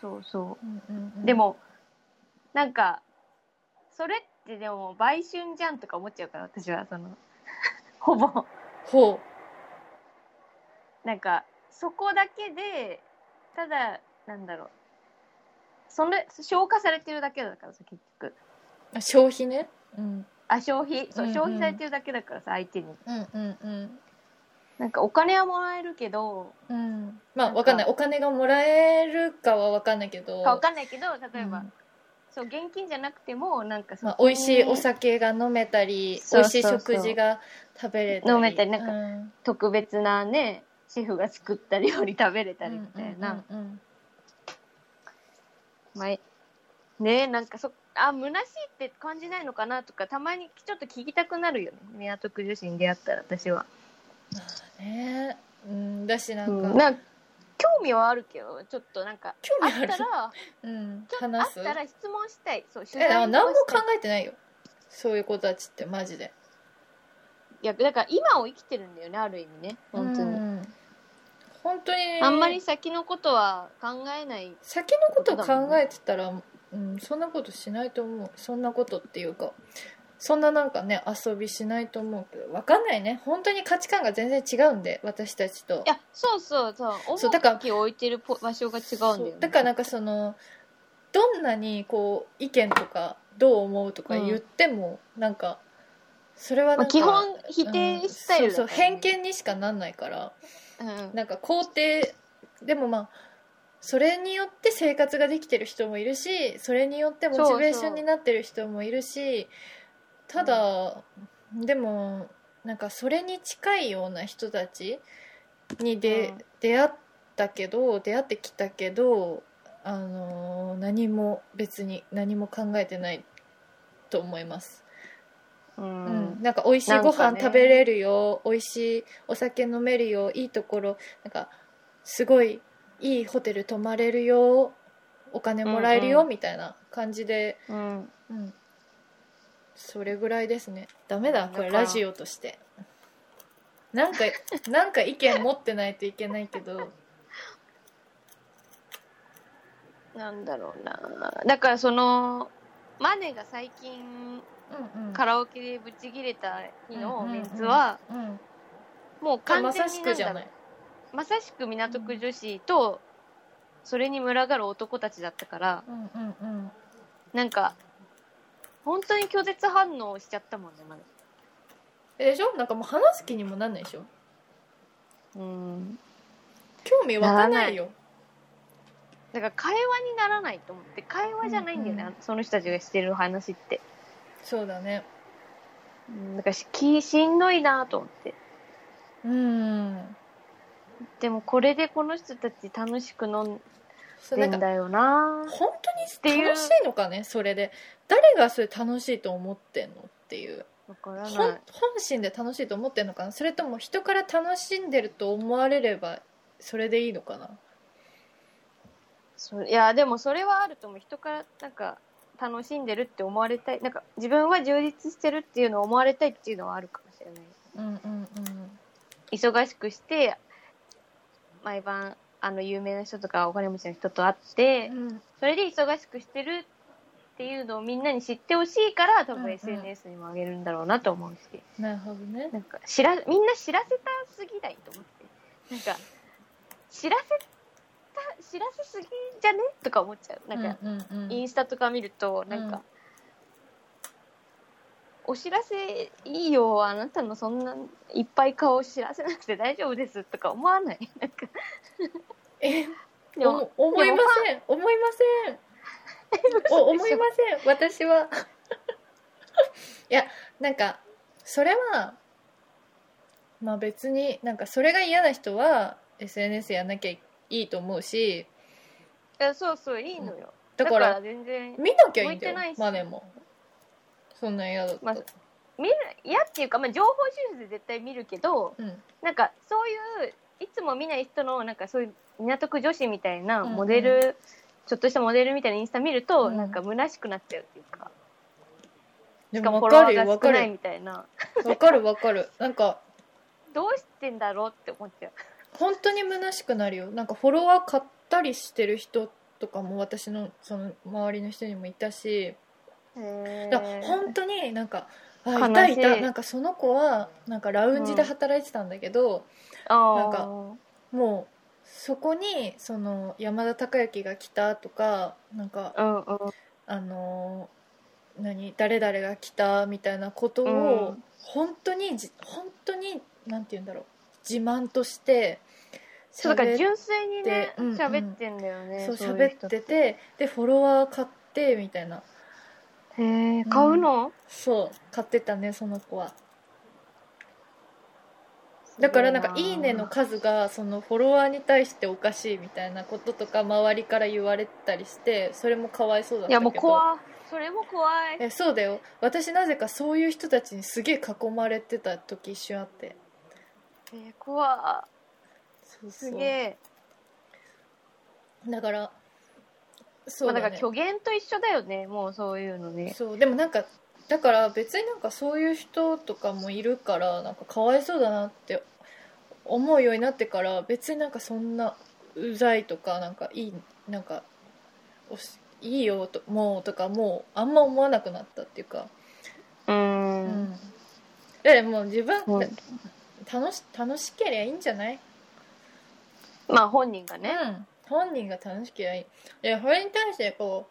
[SPEAKER 1] そうそ
[SPEAKER 2] うんうんう
[SPEAKER 1] うんでもなんかそれってでも売春じゃんとか思っちゃうから私はその [laughs] ほぼ
[SPEAKER 2] ほ
[SPEAKER 1] なんかそこだけでただなんだろうそれ消化されてるだけだからさ結局
[SPEAKER 2] う消費ね、うん、
[SPEAKER 1] あ消費そう
[SPEAKER 2] うんうん
[SPEAKER 1] 消費されてるだけだからさ相手に
[SPEAKER 2] うんうんうん
[SPEAKER 1] なんかお金はもらえるけど
[SPEAKER 2] うん
[SPEAKER 1] な
[SPEAKER 2] まあ
[SPEAKER 1] んか
[SPEAKER 2] わかんないお金がもらえるかはわかんないけど
[SPEAKER 1] かわかんないけど例えば、
[SPEAKER 2] うん
[SPEAKER 1] そう現金じゃなくてもなんかそ
[SPEAKER 2] まあ、
[SPEAKER 1] こ
[SPEAKER 2] 美
[SPEAKER 1] に
[SPEAKER 2] 味しいお酒が飲めたり
[SPEAKER 1] そうそう
[SPEAKER 2] 美味しい
[SPEAKER 1] そう
[SPEAKER 2] 食事が食べれたり
[SPEAKER 1] 飲めたりなんか
[SPEAKER 2] うん
[SPEAKER 1] 特別なねシェフが作った料理食べれたりみたいな、
[SPEAKER 2] うんうん
[SPEAKER 1] まあねえなんかそあ虚しいって感じないのかなとかたまにちょっと聞きたくなるよね港区女子に出会ったら私は
[SPEAKER 2] うんねうんだしな
[SPEAKER 1] うん
[SPEAKER 2] か、
[SPEAKER 1] んなんか興味はあるけどちょっとなんか
[SPEAKER 2] 興
[SPEAKER 1] あっ
[SPEAKER 2] 味ある
[SPEAKER 1] たら
[SPEAKER 2] うん、
[SPEAKER 1] あ
[SPEAKER 2] 話
[SPEAKER 1] っ
[SPEAKER 2] す
[SPEAKER 1] たら質問したいそう取
[SPEAKER 2] え
[SPEAKER 1] 材を
[SPEAKER 2] 何も
[SPEAKER 1] した
[SPEAKER 2] 考
[SPEAKER 1] い
[SPEAKER 2] えてないよそういう子たちってマジで
[SPEAKER 1] いやだから今を生きてるんだよねある意味ね本当に、
[SPEAKER 2] うん本当に
[SPEAKER 1] あんまり先のことは考えない
[SPEAKER 2] 先のことを考えてたら、うん、そんなことしないと思うそんなことっていうかそんななんかね遊びしないと思うけどわかんないね本当に価値観が全然違うんで私たちと
[SPEAKER 1] いやそうそうそう
[SPEAKER 2] そう
[SPEAKER 1] 重
[SPEAKER 2] だから
[SPEAKER 1] きを置いてるポ場所が違うんだよ、ね
[SPEAKER 2] そ、うだからなんかそのどんなにこう意見とかどう思うとか言っても、なんかそれ
[SPEAKER 1] ま
[SPEAKER 2] はな
[SPEAKER 1] あ、
[SPEAKER 2] んか
[SPEAKER 1] 基本否定スタイル
[SPEAKER 2] うんそう
[SPEAKER 1] だ
[SPEAKER 2] そう
[SPEAKER 1] からね
[SPEAKER 2] 偏見にしかなんないから
[SPEAKER 1] うん
[SPEAKER 2] なんか肯定でもまあそれによって生活ができてる人もいるしそれによってモチベーションになってる人もいるしただ、でもなんかそれに近いような人たちにで、
[SPEAKER 1] うん
[SPEAKER 2] 出会ったけど出会ってきたけど、あのー何も別に何も考えてないと思います。
[SPEAKER 1] うん
[SPEAKER 2] うん、なんか美味し
[SPEAKER 1] な
[SPEAKER 2] いご
[SPEAKER 1] んか
[SPEAKER 2] 飯
[SPEAKER 1] ね
[SPEAKER 2] 食べれるよ、美味しいお酒飲めるよいいところなんかすごいいいホテル泊まれるよお金もらえるよ、
[SPEAKER 1] うんう
[SPEAKER 2] みたいな感じで、
[SPEAKER 1] うん
[SPEAKER 2] うん、それぐらいですねダメだこれ
[SPEAKER 1] だから
[SPEAKER 2] ラジオとしてな
[SPEAKER 1] [laughs]
[SPEAKER 2] んかなんか意見持ってないといけないけど
[SPEAKER 1] なんだろうなだからそのマネが最近
[SPEAKER 2] うんうん
[SPEAKER 1] カラオケでブチギレた日の
[SPEAKER 2] うんうん
[SPEAKER 1] メ
[SPEAKER 2] うん
[SPEAKER 1] ンツは
[SPEAKER 2] うん
[SPEAKER 1] もう
[SPEAKER 2] これ
[SPEAKER 1] 完
[SPEAKER 2] ま
[SPEAKER 1] 全
[SPEAKER 2] さ
[SPEAKER 1] に
[SPEAKER 2] し
[SPEAKER 1] な
[SPEAKER 2] く
[SPEAKER 1] ん
[SPEAKER 2] じ
[SPEAKER 1] だ
[SPEAKER 2] ゃ
[SPEAKER 1] ろ
[SPEAKER 2] な
[SPEAKER 1] う
[SPEAKER 2] い
[SPEAKER 1] まさしく港区女子とそれに群がる男たちだったから
[SPEAKER 2] うんうんうん
[SPEAKER 1] なんか本当に拒絶反応しちゃったもんねマネ
[SPEAKER 2] えでしょなんかもう話す気にもなんないでしょ
[SPEAKER 1] うん
[SPEAKER 2] 興味湧かないよ
[SPEAKER 1] だから会話にならないと思って会話じゃないんだよね、
[SPEAKER 2] うんうん
[SPEAKER 1] その人たちがしてる話って
[SPEAKER 2] そうだね
[SPEAKER 1] うんだからしきしんどいなと思って
[SPEAKER 2] うん
[SPEAKER 1] でもこれでこの人たち楽しく飲ん
[SPEAKER 2] そう
[SPEAKER 1] で
[SPEAKER 2] なん
[SPEAKER 1] ん
[SPEAKER 2] か
[SPEAKER 1] だよな
[SPEAKER 2] 本当
[SPEAKER 1] てい
[SPEAKER 2] に
[SPEAKER 1] う
[SPEAKER 2] 楽しいのかねそれで誰がそれ楽しいと思ってんのっていう
[SPEAKER 1] わから
[SPEAKER 2] 本
[SPEAKER 1] ない
[SPEAKER 2] 本心で楽しいと思ってんのかなそれとも人から楽しんでると思われればそれでいいのかな
[SPEAKER 1] そいやでもそれはあると思う人からなんか楽しんでるって思われたいなんか自分は充実してるっていうのを思われたいっていうのはあるかもしれない
[SPEAKER 2] うんうん
[SPEAKER 1] 忙しくして毎晩あの有名な人とかお金持ちの人と会って、
[SPEAKER 2] うんうん
[SPEAKER 1] それで忙しくしてるっていうのをみんなに知ってほしいから多
[SPEAKER 2] うんう
[SPEAKER 1] 分
[SPEAKER 2] ん
[SPEAKER 1] SNS にも上げるんだろうなと思うし、
[SPEAKER 2] なるほどね
[SPEAKER 1] なんか知らみんな知らせたすぎないと思ってなんか知らせた知らせすぎじゃねとか思っちゃうなんか、
[SPEAKER 2] うんうんうん
[SPEAKER 1] インスタとか見るとなんか、お知らせいいよあなたのそんないっぱい顔知らせなくて大丈夫ですとか思わ
[SPEAKER 2] [laughs]
[SPEAKER 1] ないなんか
[SPEAKER 2] え
[SPEAKER 1] で [laughs] も
[SPEAKER 2] お思いません思いませ [laughs] んお思いません私は [laughs] いやなんかそれはまあ別になんかそれが嫌な人は SNS やんなきゃいいと思うし
[SPEAKER 1] いやそうそういいのよ、だ
[SPEAKER 2] だか
[SPEAKER 1] からら全然
[SPEAKER 2] 見なきゃいい
[SPEAKER 1] 向い
[SPEAKER 2] んだ
[SPEAKER 1] てない
[SPEAKER 2] よ
[SPEAKER 1] し
[SPEAKER 2] マネもそんな嫌だったら、
[SPEAKER 1] まあ見る嫌っていうか、まあ、情報収集で絶対見るけど
[SPEAKER 2] うん
[SPEAKER 1] なんかそういういつも見ない人のなんかそういう港区女子みたいな
[SPEAKER 2] うんうん
[SPEAKER 1] モデル、ちょっとしたモデルみたいなインスタ見ると、
[SPEAKER 2] うん
[SPEAKER 1] なんか虚しくなっちゃうっていうかし
[SPEAKER 2] で
[SPEAKER 1] かも
[SPEAKER 2] も
[SPEAKER 1] フォロワ
[SPEAKER 2] 分かる
[SPEAKER 1] ー
[SPEAKER 2] よ
[SPEAKER 1] が
[SPEAKER 2] 分
[SPEAKER 1] 少
[SPEAKER 2] か
[SPEAKER 1] ないみ
[SPEAKER 2] る
[SPEAKER 1] たいな。
[SPEAKER 2] 分かる分かるなんか
[SPEAKER 1] どうしてんだろうって思っちゃう。
[SPEAKER 2] 本当に虚しくなるよなんかフォロワー買ったりしてる人とかも私のその周りの人にもいたし
[SPEAKER 1] へ
[SPEAKER 2] だから本当になんかあ
[SPEAKER 1] 悲
[SPEAKER 2] いた
[SPEAKER 1] しい
[SPEAKER 2] いたなんかその子はなんかラウンジで働いてたんだけど、
[SPEAKER 1] あ
[SPEAKER 2] なんか
[SPEAKER 1] ー
[SPEAKER 2] もうそこにその山田孝之が来たとかなんか
[SPEAKER 1] うんうん。
[SPEAKER 2] あのー何誰々が来たみたいなことを、
[SPEAKER 1] うん
[SPEAKER 2] 本当にじ本当になんて言うんだろう自慢として
[SPEAKER 1] そうだから
[SPEAKER 2] 喋っ
[SPEAKER 1] 純粋にね
[SPEAKER 2] うんうん
[SPEAKER 1] 喋ってんだよね。
[SPEAKER 2] そう
[SPEAKER 1] い
[SPEAKER 2] 喋
[SPEAKER 1] 人
[SPEAKER 2] っててでフォロワー買ってみたいな
[SPEAKER 1] へえ買うの？
[SPEAKER 2] そう買ってたねその子はだからなんか「いいね」の数がそのフォロワーに対しておかしいみたいなこととか周りから言われたりしてそれもかわいそうだっ
[SPEAKER 1] い
[SPEAKER 2] たけど
[SPEAKER 1] やもう怖い。それも怖い。
[SPEAKER 2] えそうだよ私なぜかそういう人たちにすげえ囲まれてた時一瞬あって
[SPEAKER 1] えー怖
[SPEAKER 2] そう
[SPEAKER 1] い。す
[SPEAKER 2] そう
[SPEAKER 1] げえ。
[SPEAKER 2] だからそ
[SPEAKER 1] まあ
[SPEAKER 2] う
[SPEAKER 1] だか
[SPEAKER 2] だ、
[SPEAKER 1] ら
[SPEAKER 2] ね
[SPEAKER 1] 虚言と一緒だよね。もうそういうのね。
[SPEAKER 2] そうでもなんかだから別になんかそういう人とかもいるからなんかかわいそうだなって思うようになってから別になんかそんなうざいとかなんかいいなんかおしいいよともうとかもうあんま思わなくなったっていうか、
[SPEAKER 1] うー
[SPEAKER 2] う
[SPEAKER 1] ん。
[SPEAKER 2] ん、だからもう自分、
[SPEAKER 1] うん
[SPEAKER 2] 楽し楽しけりゃいいんじゃない
[SPEAKER 1] まあ本人がね。
[SPEAKER 2] うん、本人が楽しきゃいいでこれに対してこ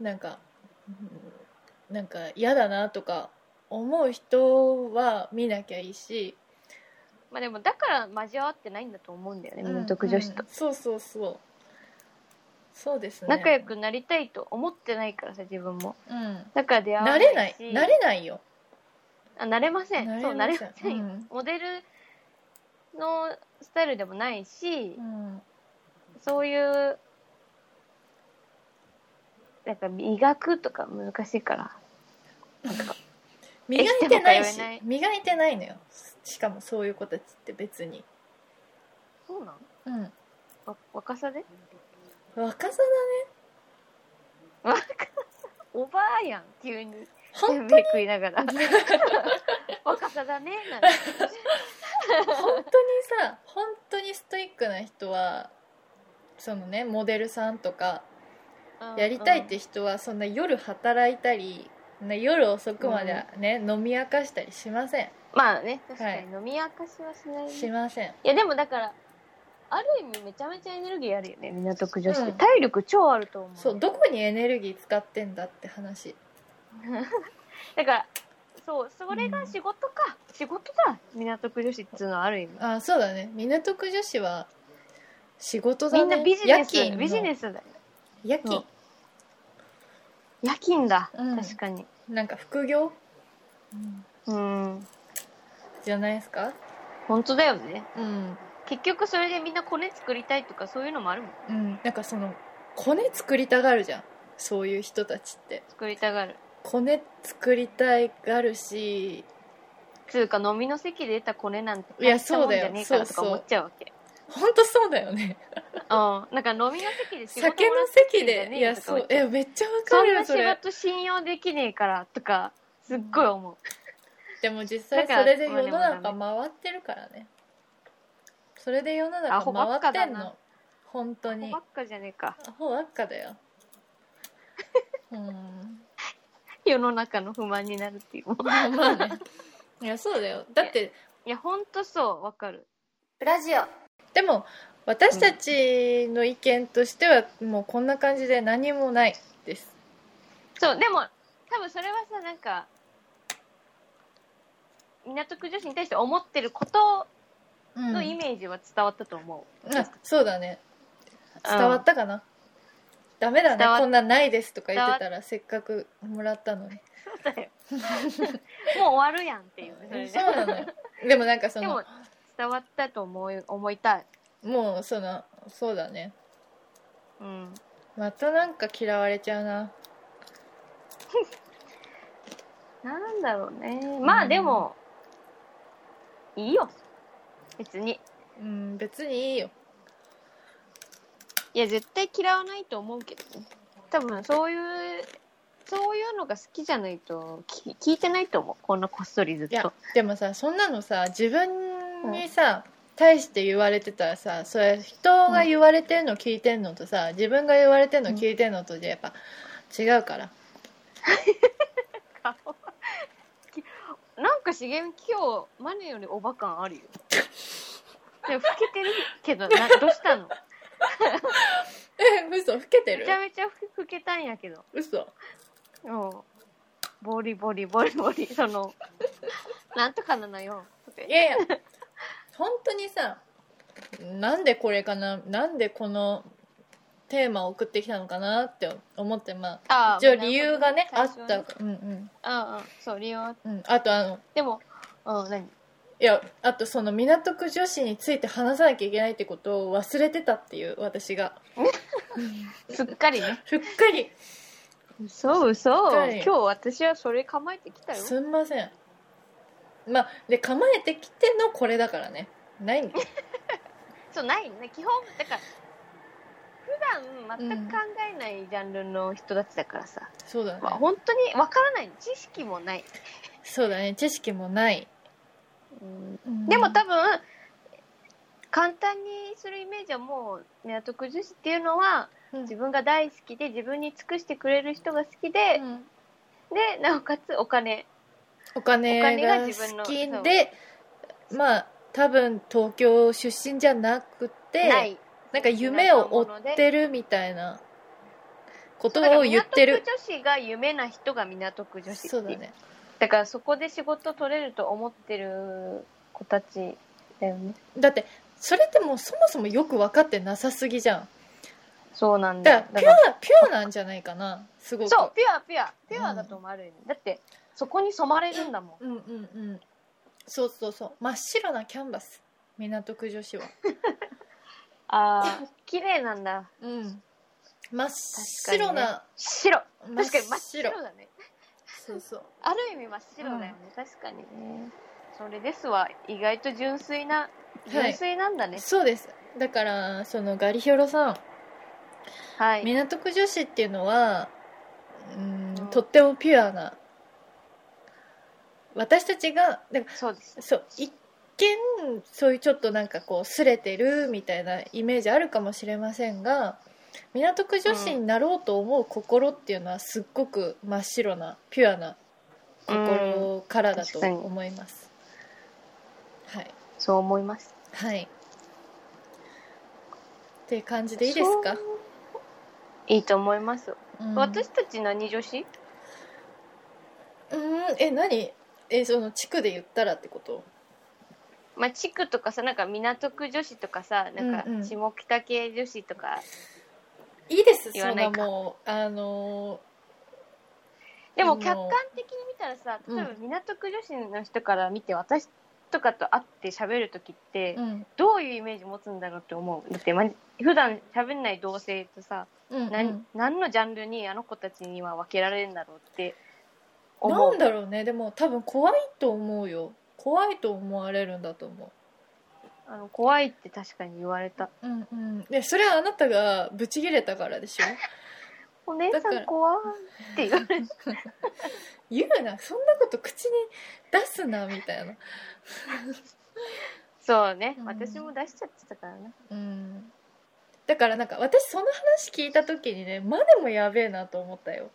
[SPEAKER 2] うなんかうんなんか嫌だなとか思う人は見なきゃいいし、
[SPEAKER 1] まあでもだから交わってないんだと思うんだよね。
[SPEAKER 2] うん
[SPEAKER 1] 港区女子と
[SPEAKER 2] うん。そうそうそうそうですね
[SPEAKER 1] 仲良くなりたいと思ってないからさ自分も
[SPEAKER 2] うん
[SPEAKER 1] だから出会わ
[SPEAKER 2] なれない
[SPEAKER 1] し
[SPEAKER 2] なれないよ
[SPEAKER 1] あなれません
[SPEAKER 2] なれ
[SPEAKER 1] そ
[SPEAKER 2] ません
[SPEAKER 1] うなれませんよ、
[SPEAKER 2] うん
[SPEAKER 1] モデルのスタイルでもないし、
[SPEAKER 2] うん
[SPEAKER 1] そういうなんか磨くとか難しいから
[SPEAKER 2] 磨いてない
[SPEAKER 1] 生きも
[SPEAKER 2] して
[SPEAKER 1] 通えない
[SPEAKER 2] 磨いてないのよしかもそういう子たちって別に
[SPEAKER 1] そうなん
[SPEAKER 2] うん
[SPEAKER 1] わ若さで
[SPEAKER 2] 若さだね
[SPEAKER 1] 若さおばあやん急に
[SPEAKER 2] 本当に
[SPEAKER 1] 目食いなが [laughs] ら若さだねなんて
[SPEAKER 2] 本当にさ本当にストイックな人はそのねモデルさんとか
[SPEAKER 1] うん
[SPEAKER 2] やりたいって人はそんな夜働いたり、ね、夜遅くまでね、飲み明かしたりしません
[SPEAKER 1] うんまあね確かに飲み明かしはしないね
[SPEAKER 2] しません
[SPEAKER 1] いやでもだからある意味めちゃめちゃエネルギーあるよね港区女子って、
[SPEAKER 2] うん
[SPEAKER 1] 体力超あると思う
[SPEAKER 2] そうどこにエネルギー使ってんだって話
[SPEAKER 1] だからそうそれが仕事か、仕事だ港区女子っつうのはある意味
[SPEAKER 2] あそうだね港区女子は仕事だ
[SPEAKER 1] み
[SPEAKER 2] ね
[SPEAKER 1] んなビジネ
[SPEAKER 2] 夜
[SPEAKER 1] ス
[SPEAKER 2] 勤
[SPEAKER 1] ビジネ
[SPEAKER 2] ス
[SPEAKER 1] スだよ
[SPEAKER 2] 夜
[SPEAKER 1] そう
[SPEAKER 2] 勤
[SPEAKER 1] 夜勤だ、
[SPEAKER 2] うん
[SPEAKER 1] 確かに
[SPEAKER 2] なんか副業、
[SPEAKER 1] うん
[SPEAKER 2] じゃないですか
[SPEAKER 1] 本当だよね
[SPEAKER 2] うん
[SPEAKER 1] 結局それでみんなコネ作りたいとかそういうのもあるもん
[SPEAKER 2] うんなんかそのコネ作りたがるじゃんそういう人たちって
[SPEAKER 1] 作りたがる
[SPEAKER 2] コネ作りたいがるし
[SPEAKER 1] つうか飲みの席で得たコネなんて
[SPEAKER 2] いや
[SPEAKER 1] 大したもんじゃねえからとか
[SPEAKER 2] そうだよ
[SPEAKER 1] 思っちゃうわけ
[SPEAKER 2] 本当そうだよね
[SPEAKER 1] うんなんか飲みの席で仕事
[SPEAKER 2] 酒の
[SPEAKER 1] もらってきて
[SPEAKER 2] 席
[SPEAKER 1] んじゃ
[SPEAKER 2] で
[SPEAKER 1] ね
[SPEAKER 2] い
[SPEAKER 1] えよ
[SPEAKER 2] や
[SPEAKER 1] とか
[SPEAKER 2] そ
[SPEAKER 1] 思っ
[SPEAKER 2] う
[SPEAKER 1] ちゃ
[SPEAKER 2] えめっちゃわ
[SPEAKER 1] そ
[SPEAKER 2] かる
[SPEAKER 1] んな
[SPEAKER 2] よそ
[SPEAKER 1] 仕
[SPEAKER 2] れ
[SPEAKER 1] 事信用できねえからとかすっごい思う、
[SPEAKER 2] でも実際それで世の中回ってるからねそれで世の
[SPEAKER 1] アホ
[SPEAKER 2] 中
[SPEAKER 1] ばっか
[SPEAKER 2] 回
[SPEAKER 1] だ
[SPEAKER 2] ってん
[SPEAKER 1] な
[SPEAKER 2] の本当に
[SPEAKER 1] ばっかじゃねえか
[SPEAKER 2] アホばっかだようん
[SPEAKER 1] 世の中の不満になるっていうもん
[SPEAKER 2] まあま
[SPEAKER 1] [laughs]
[SPEAKER 2] あねいやそうだよだって
[SPEAKER 1] いやほんとそうわかる
[SPEAKER 2] ブラジオでも私たちの意見としてはもうこんな感じで何もないです
[SPEAKER 1] そうでも多分それはさなんか港区女子に対して思ってること
[SPEAKER 2] うん
[SPEAKER 1] のイメージは伝わったと思う、
[SPEAKER 2] あそうだね
[SPEAKER 1] うん
[SPEAKER 2] 伝わったかな、ダメだ
[SPEAKER 1] 伝わっ
[SPEAKER 2] ねこんなんないですとか言ってたらせっかくもらったのに
[SPEAKER 1] そうだよ [laughs] もう終わるやんっていうねそれ
[SPEAKER 2] そう
[SPEAKER 1] ね
[SPEAKER 2] なのよでもなんかそ
[SPEAKER 1] で
[SPEAKER 2] の
[SPEAKER 1] も
[SPEAKER 2] も
[SPEAKER 1] 伝わったと思い思いたい、
[SPEAKER 2] うそのそうだね
[SPEAKER 1] うん、
[SPEAKER 2] またなんか嫌われちゃうな
[SPEAKER 1] なんだろうねまあでも、いいよ別に
[SPEAKER 2] うん別にいいよ
[SPEAKER 1] いや絶対嫌わないと思うけどね多分そういうそういうのが好きじゃないと聞聞いてないと思うこんなこっそりずっ
[SPEAKER 2] いや
[SPEAKER 1] と
[SPEAKER 2] でもさそんなのさ自分にさ、対して言われてたらさそれ人が言われてるの聞いてんのとさ自分が言われてんの聞いてんのとじゃやっぱ違うから
[SPEAKER 1] なんか茂み今日マネよりおバ感あるよでも老けてるけどなどうしたの
[SPEAKER 2] え [laughs] 嘘老け
[SPEAKER 1] め
[SPEAKER 2] てる
[SPEAKER 1] ちゃめちゃ老けたんやけど
[SPEAKER 2] 嘘
[SPEAKER 1] うんボリボリボリボリそのなんとかなのよ
[SPEAKER 2] いやいや本当にさなんでこれかななんでこのテーマを送ってきたのかなって思ってまあ
[SPEAKER 1] あ
[SPEAKER 2] 一応理由がね
[SPEAKER 1] ま
[SPEAKER 2] あっ
[SPEAKER 1] なるほど
[SPEAKER 2] た
[SPEAKER 1] ね
[SPEAKER 2] うんうん
[SPEAKER 1] 最初はねうんうんそう理由は
[SPEAKER 2] うんあとあの
[SPEAKER 1] でもうん何
[SPEAKER 2] いやあとその港区女子について話さなきゃいけないってことを忘れてたっていう私が
[SPEAKER 1] すっかりね
[SPEAKER 2] ふっかり
[SPEAKER 1] そうそう
[SPEAKER 2] はい
[SPEAKER 1] 今日私はそれ構えてきたよ
[SPEAKER 2] すんませんまあで構えてきてのこれだからねない
[SPEAKER 1] [laughs]
[SPEAKER 2] ん
[SPEAKER 1] そうないね基本だから普段全く考えないジャンルの人たちだからさ、
[SPEAKER 2] そうだね
[SPEAKER 1] まあ、本当にわからない知識もない、
[SPEAKER 2] そうだね知識もない
[SPEAKER 1] でも多分簡単にするイメージはもう港区女子っていうのは
[SPEAKER 2] 分
[SPEAKER 1] 自分が大好きで自分に尽くしてくれる人が好きで、
[SPEAKER 2] うん
[SPEAKER 1] でなおかつお金
[SPEAKER 2] お金
[SPEAKER 1] お金
[SPEAKER 2] が
[SPEAKER 1] が自分
[SPEAKER 2] 好
[SPEAKER 1] の
[SPEAKER 2] きでまあ多分東京出身じゃなくて
[SPEAKER 1] ない
[SPEAKER 2] なんか夢を追ってるみたいなことを言って
[SPEAKER 1] だ
[SPEAKER 2] る
[SPEAKER 1] から港区女子が夢な人が港区女子ってい
[SPEAKER 2] そうだね
[SPEAKER 1] だからそこで仕事取れると思ってる子たちだよね
[SPEAKER 2] だってそれってもうそもそもよく分かってなさすぎじゃん
[SPEAKER 1] そうなんだよ
[SPEAKER 2] だ
[SPEAKER 1] だ
[SPEAKER 2] からピ
[SPEAKER 1] から
[SPEAKER 2] ュアピュアなんじゃないかなすごく
[SPEAKER 1] そうピュアピュアピュアだと思うある意味、だってそこに染まれるんだもん
[SPEAKER 2] うんうんうんそうそうそう真っ白なキャンバス港区女子は
[SPEAKER 1] ああ綺麗なんだ
[SPEAKER 2] うん真っ白な、
[SPEAKER 1] 白
[SPEAKER 2] 真っ
[SPEAKER 1] 確かに真っ白だね
[SPEAKER 2] そうそう
[SPEAKER 1] ある意味真っ白だよね、確かにねそれですわ意外と純粋な純粋なんだね
[SPEAKER 2] そうですだからそのガリヒョロさん
[SPEAKER 1] はい、
[SPEAKER 2] 港区女子っていうのはうー
[SPEAKER 1] うんん
[SPEAKER 2] とってもピュアな私たちがだか
[SPEAKER 1] そうです
[SPEAKER 2] らそう一見そういうちょっとなんかこうすれてるみたいなイメージあるかもしれませんが港区女子になろうと思う心っていうのはすっごく真っ白なピュアな心からだと
[SPEAKER 1] うん確かに
[SPEAKER 2] 思います、はい
[SPEAKER 1] そう思います
[SPEAKER 2] はいっていう感じでいいですか
[SPEAKER 1] そ、ういいと思います、
[SPEAKER 2] うん
[SPEAKER 1] 私たち何女子
[SPEAKER 2] うーんえ何えその地区で言ったらってこと
[SPEAKER 1] まあ、地区とかさなんか港区女子とかさなん
[SPEAKER 2] うんうん
[SPEAKER 1] か下北系女子とか、
[SPEAKER 2] いいです
[SPEAKER 1] 言
[SPEAKER 2] そ
[SPEAKER 1] わ
[SPEAKER 2] ん
[SPEAKER 1] な
[SPEAKER 2] ない
[SPEAKER 1] か
[SPEAKER 2] もうあの
[SPEAKER 1] でも
[SPEAKER 2] うん
[SPEAKER 1] 客観的に見たらさ
[SPEAKER 2] う
[SPEAKER 1] 例
[SPEAKER 2] ん
[SPEAKER 1] えば港区女子の人から見て私とかと会って喋る時って、
[SPEAKER 2] ーうん
[SPEAKER 1] どういうイメージ持つんだろうって思うだって、ま、普段喋んない同性とさ、
[SPEAKER 2] うん
[SPEAKER 1] なん
[SPEAKER 2] うん
[SPEAKER 1] 何のジャンルにあの子たちには分けられるんだろうって思
[SPEAKER 2] な
[SPEAKER 1] うん
[SPEAKER 2] だろうねでも多分怖いと思うよ怖いと思われるんだと思
[SPEAKER 1] あの怖いって確かに言われた
[SPEAKER 2] ううんうんでそれはあなたがブチギレたからでしょ [laughs]
[SPEAKER 1] お姉さ
[SPEAKER 2] だから
[SPEAKER 1] ん怖いって言わ
[SPEAKER 2] [laughs]
[SPEAKER 1] れる
[SPEAKER 2] 言うなそんなこと口に出すなみたいな
[SPEAKER 1] そうね、
[SPEAKER 2] うん
[SPEAKER 1] 私も出しちゃってたからね
[SPEAKER 2] うんだからなんか私その話聞いた時にねマネもやべえなと思ったよ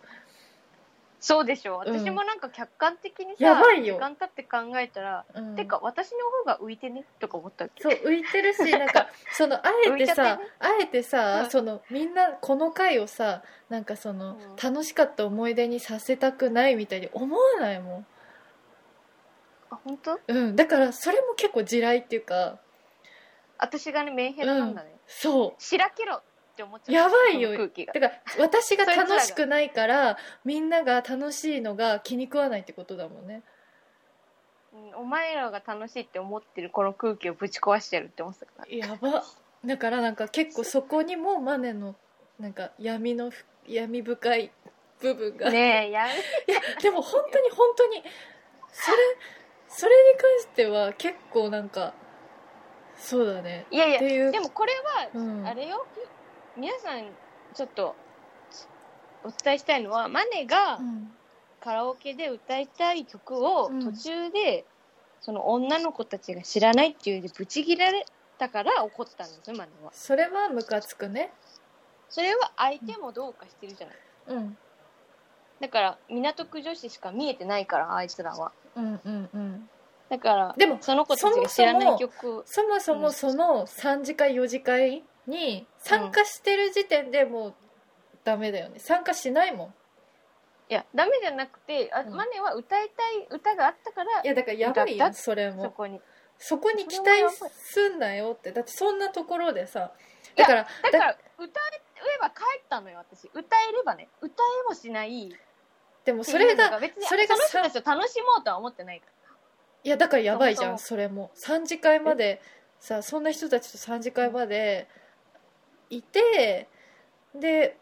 [SPEAKER 1] そうでしょ
[SPEAKER 2] うん
[SPEAKER 1] 私もなんか客観的にさ、
[SPEAKER 2] やばいよ
[SPEAKER 1] 時間経って考えたら、
[SPEAKER 2] うん
[SPEAKER 1] てか私の方が浮いてねとか思ったっけ
[SPEAKER 2] そう浮いてるしなんかそのあえ
[SPEAKER 1] 浮
[SPEAKER 2] て
[SPEAKER 1] いちゃ
[SPEAKER 2] さ
[SPEAKER 1] ってね
[SPEAKER 2] あえてさ、
[SPEAKER 1] うん
[SPEAKER 2] そのみんなこの回をさなんかそ
[SPEAKER 1] う
[SPEAKER 2] の、
[SPEAKER 1] ん
[SPEAKER 2] 楽しかった思い出にさせたくないみたいに思わないもん、
[SPEAKER 1] あ本当
[SPEAKER 2] うん、だからそれも結構地雷っていうか
[SPEAKER 1] 私がねメンヘラなんだね、
[SPEAKER 2] そ
[SPEAKER 1] しらけろって思っちゃう
[SPEAKER 2] やばいよ
[SPEAKER 1] その空気が
[SPEAKER 2] うだから私が楽しくないからみんなが楽しいのが気に食わないってことだもんね
[SPEAKER 1] うんお前らが楽しいって思ってるこの空気をぶち壊してやるって思ってたから
[SPEAKER 2] やばだからなんか結構そこにもマネのなんか闇のふ闇深い部分が
[SPEAKER 1] ねえや
[SPEAKER 2] いや [laughs] でも本当に本当にそれそれに関しては結構なんかそうだね
[SPEAKER 1] めいやい
[SPEAKER 2] って
[SPEAKER 1] や
[SPEAKER 2] いう
[SPEAKER 1] でもこれは、
[SPEAKER 2] うん
[SPEAKER 1] あれよ皆さんちょっとお伝えしたいのはマネが
[SPEAKER 2] うん
[SPEAKER 1] カラオケで歌いたい曲を
[SPEAKER 2] うん
[SPEAKER 1] 途中で、その女の子たちが知らないっていうでブチ切られたから怒ったんですよマネは
[SPEAKER 2] それはムカつくね
[SPEAKER 1] それは相手もどうかしてるじゃない
[SPEAKER 2] うん
[SPEAKER 1] だから港区女子しか見えてないからあいつらは
[SPEAKER 2] うんうんうん
[SPEAKER 1] だから
[SPEAKER 2] でも
[SPEAKER 1] その子たちが知らない曲
[SPEAKER 2] そもそもその3次会4次会に参加してる時点でもうダメだよね参加しないもん
[SPEAKER 1] いやダメじゃなくてあ、
[SPEAKER 2] うん
[SPEAKER 1] マネは歌いたい歌があったから
[SPEAKER 2] いやだからやばい
[SPEAKER 1] だっ
[SPEAKER 2] よ
[SPEAKER 1] た
[SPEAKER 2] それ
[SPEAKER 1] そ
[SPEAKER 2] も
[SPEAKER 1] こに
[SPEAKER 2] そこに期待すんなよってだってそんなところでさ
[SPEAKER 1] いや
[SPEAKER 2] だから
[SPEAKER 1] だから歌えば帰ったのよ私歌えればね歌えもしないっていう
[SPEAKER 2] でもそれ
[SPEAKER 1] の
[SPEAKER 2] が
[SPEAKER 1] 別に
[SPEAKER 2] それが
[SPEAKER 1] その
[SPEAKER 2] さ
[SPEAKER 1] 人たちを楽しもうとは思ってないから
[SPEAKER 2] いやだからやばいじゃん
[SPEAKER 1] そ
[SPEAKER 2] それも3次会までさそんな人たちと3次会までいてで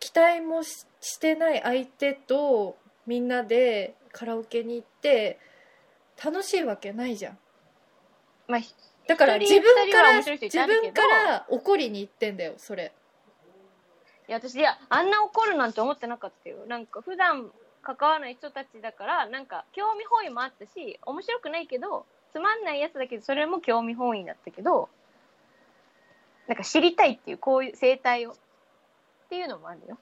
[SPEAKER 2] 期待もししてない相手とみんなでカラオケに行って楽しいわけないじゃん
[SPEAKER 1] まあひ
[SPEAKER 2] だから
[SPEAKER 1] 一
[SPEAKER 2] 自
[SPEAKER 1] 人
[SPEAKER 2] 分か
[SPEAKER 1] 二人は
[SPEAKER 2] ら
[SPEAKER 1] 面白い人い
[SPEAKER 2] 自
[SPEAKER 1] たんだけど
[SPEAKER 2] 分から怒りに行ってんだよそれ
[SPEAKER 1] いや私いやあんな怒るなんて思ってなかったよなんか普段関わらない人たちだからなんか興味本位もあったし面白くないけどつまんないやつだけどそれも興味本位だったけどなんか知りたいっていうこういう生態をっていうのもあるよ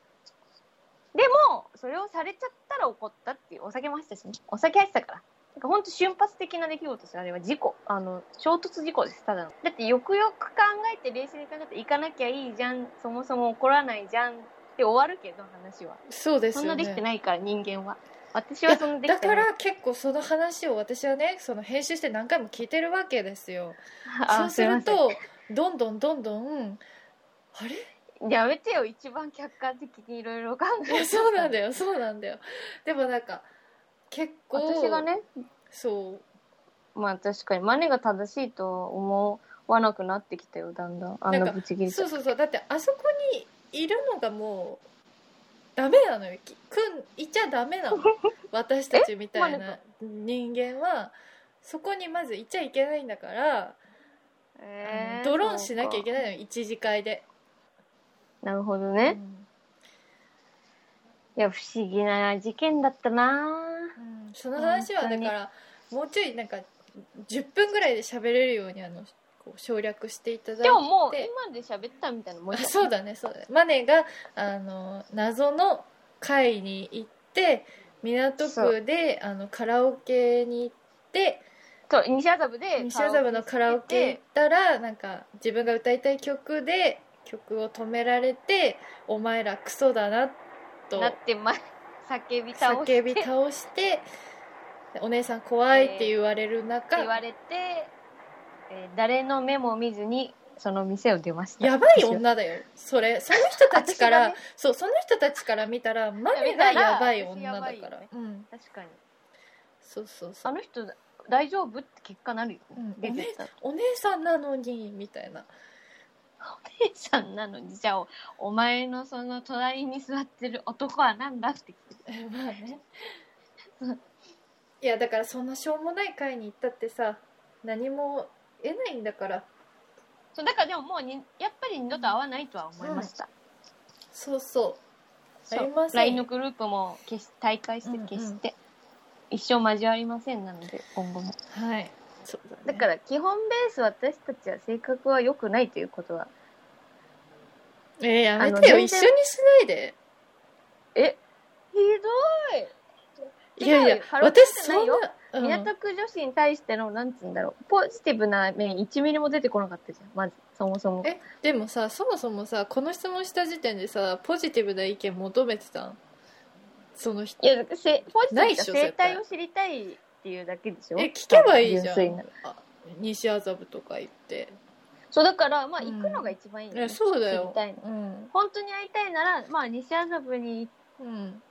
[SPEAKER 1] でもそれをされちゃったら怒ったっていうお酒も入ってたしねお酒入ってたからなんか本当瞬発的な出来事ですよあれは事故あの衝突事故ですただのだってよくよく考えて冷静に考えて行かなきゃいいじゃんそもそも怒らないじゃんって終わるけど話は
[SPEAKER 2] そうです
[SPEAKER 1] そ
[SPEAKER 2] よ
[SPEAKER 1] ん
[SPEAKER 2] ね
[SPEAKER 1] なできてないから人間は私
[SPEAKER 2] い
[SPEAKER 1] は
[SPEAKER 2] や
[SPEAKER 1] そんなで
[SPEAKER 2] だ
[SPEAKER 1] きて
[SPEAKER 2] か
[SPEAKER 1] ない
[SPEAKER 2] ら結構その話を私はねその編集して何回も聞いてるわけですよ
[SPEAKER 1] あ
[SPEAKER 2] そうする
[SPEAKER 1] いま
[SPEAKER 2] とどんどんどんどんあれ [laughs]
[SPEAKER 1] せんやめてよ一番客観的にいろいろ考
[SPEAKER 2] いや
[SPEAKER 1] え
[SPEAKER 2] そうなん
[SPEAKER 1] で
[SPEAKER 2] だよそうなんだよでもなんか結
[SPEAKER 1] [laughs]
[SPEAKER 2] 構
[SPEAKER 1] 私がね
[SPEAKER 2] そう
[SPEAKER 1] まあ確かにマネが正しいと思わなくなってきたよだんだんあん
[SPEAKER 2] なん
[SPEAKER 1] な
[SPEAKER 2] か
[SPEAKER 1] ぶち切り
[SPEAKER 2] そうそうそうだってあそこにいるのがもうダメなのよきくんいちゃダメ
[SPEAKER 1] [laughs]
[SPEAKER 2] なの私たちみたい
[SPEAKER 1] ま
[SPEAKER 2] な人間はそこにまずいちゃいけないんだから、あ
[SPEAKER 1] え
[SPEAKER 2] の
[SPEAKER 1] ー
[SPEAKER 2] ドローンしなきゃいけ
[SPEAKER 1] そうか
[SPEAKER 2] ないの一次会で、
[SPEAKER 1] なるほど
[SPEAKER 2] う
[SPEAKER 1] ね、
[SPEAKER 2] ん
[SPEAKER 1] いや不思議な事件だったな
[SPEAKER 2] うんその話は
[SPEAKER 1] 本当
[SPEAKER 2] だ
[SPEAKER 1] に
[SPEAKER 2] からもうちょいなんか10分ぐらいで喋れるようにあのこう省略していただいて
[SPEAKER 1] でももう今で喋ったみたいなもん
[SPEAKER 2] あ
[SPEAKER 1] じゃん
[SPEAKER 2] そうだねそうだねマネがあの謎の会に行って港
[SPEAKER 1] そ
[SPEAKER 2] 区であのカラオケに行って
[SPEAKER 1] そう西麻布で
[SPEAKER 2] 西麻布のカラオケ行ったらなんか自分が歌いたい曲で曲を止められて「お前らクソだな」と
[SPEAKER 1] なってま叫び倒して
[SPEAKER 2] 叫び倒して「お姉さん怖い」って言われる中、
[SPEAKER 1] 言われて、えー誰の目も見ずにその店を出ました
[SPEAKER 2] やばい女だよそれその人たちか
[SPEAKER 1] 私が
[SPEAKER 2] ら、
[SPEAKER 1] ね
[SPEAKER 2] そうその人たちから見たらマネがやばい女だか
[SPEAKER 1] 見たら私やば
[SPEAKER 2] ら
[SPEAKER 1] いよね
[SPEAKER 2] うん
[SPEAKER 1] 確かに
[SPEAKER 2] そうそうそ
[SPEAKER 1] あ
[SPEAKER 2] う
[SPEAKER 1] の人大丈夫って結果なるよね、
[SPEAKER 2] うん
[SPEAKER 1] 出てったら
[SPEAKER 2] お姉さんなのにみたいな
[SPEAKER 1] お姉さんなのにじゃあお前のその隣に座ってる男はなんだって
[SPEAKER 2] まあね
[SPEAKER 1] うん
[SPEAKER 2] いやだからそんなしょうもない会に行ったってさ何も得ないんだから
[SPEAKER 1] そうだからでももうにやっぱり二度と会わないとは思いました、
[SPEAKER 2] そうそう
[SPEAKER 1] そう
[SPEAKER 2] ありません
[SPEAKER 1] LINE のグループも消し大会して消して、一生交わりませんなので今後も
[SPEAKER 2] はいそうだ,、
[SPEAKER 1] だから基本ベース私たちは性格は良くないということは
[SPEAKER 2] えーやめ
[SPEAKER 1] あの
[SPEAKER 2] てよ
[SPEAKER 1] 全然
[SPEAKER 2] 一緒にしないで
[SPEAKER 1] えひ
[SPEAKER 2] い
[SPEAKER 1] 違うよ
[SPEAKER 2] やいや
[SPEAKER 1] ハロプロ
[SPEAKER 2] 私
[SPEAKER 1] じゃな
[SPEAKER 2] そ
[SPEAKER 1] い
[SPEAKER 2] ん
[SPEAKER 1] よ
[SPEAKER 2] な、
[SPEAKER 1] どい
[SPEAKER 2] うん
[SPEAKER 1] 港区女子に対してのなんつうんだろうポジティブな面1ミリも出てこなかったじゃんまずそもそも
[SPEAKER 2] えでもさそもそもさこの質問した時点でさポジティブな意見求めてたんその人
[SPEAKER 1] いやせポジテ
[SPEAKER 2] ない
[SPEAKER 1] ィ
[SPEAKER 2] っし
[SPEAKER 1] ブ
[SPEAKER 2] ょ
[SPEAKER 1] な生
[SPEAKER 2] 絶対
[SPEAKER 1] 態を知りたいっていうだけでしょ
[SPEAKER 2] え聞けばいいじ
[SPEAKER 1] 純
[SPEAKER 2] ゃ
[SPEAKER 1] 粋
[SPEAKER 2] ん
[SPEAKER 1] な
[SPEAKER 2] あ西麻布とか行って
[SPEAKER 1] そうだからまあ
[SPEAKER 2] う
[SPEAKER 1] 行
[SPEAKER 2] ん
[SPEAKER 1] くのが一番いいよね、
[SPEAKER 2] えそうだ
[SPEAKER 1] 知
[SPEAKER 2] よ
[SPEAKER 1] りたいの
[SPEAKER 2] うん
[SPEAKER 1] 本当に会いたいならまあ西麻布に行っ
[SPEAKER 2] うん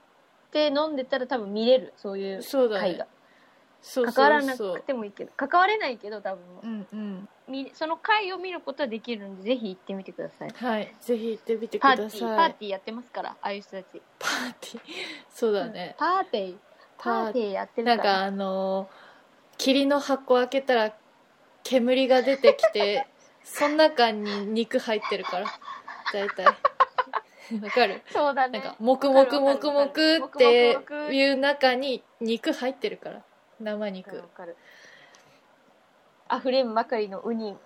[SPEAKER 1] て飲んでたら多分見れるそういう
[SPEAKER 2] そうだ
[SPEAKER 1] 会が
[SPEAKER 2] ね。そう
[SPEAKER 1] 関わら
[SPEAKER 2] そう
[SPEAKER 1] な
[SPEAKER 2] そ
[SPEAKER 1] く
[SPEAKER 2] う
[SPEAKER 1] てもいいけど関われないけど多分
[SPEAKER 2] うんうん
[SPEAKER 1] みその会を見ることはできるんでぜひ行ってみてください
[SPEAKER 2] はいぜひ行ってみてく
[SPEAKER 1] パー
[SPEAKER 2] だ
[SPEAKER 1] テ
[SPEAKER 2] さ
[SPEAKER 1] ィ
[SPEAKER 2] い
[SPEAKER 1] ーパーティーやってますからああいう人たち
[SPEAKER 2] パーティーそうだね
[SPEAKER 1] パーティーパーティーやって
[SPEAKER 2] な
[SPEAKER 1] る
[SPEAKER 2] ん
[SPEAKER 1] か
[SPEAKER 2] からあのー霧の箱開けたら煙が
[SPEAKER 1] [laughs] [laughs]
[SPEAKER 2] 出てきてその中に肉入ってるから大体わかる
[SPEAKER 1] そうだ
[SPEAKER 2] なん
[SPEAKER 1] ね
[SPEAKER 2] か「もくもくもくもく」って
[SPEAKER 1] わかるわかる
[SPEAKER 2] いう中に肉入ってるから生
[SPEAKER 1] わかる
[SPEAKER 2] 肉
[SPEAKER 1] わかるあふれんばかりのウニ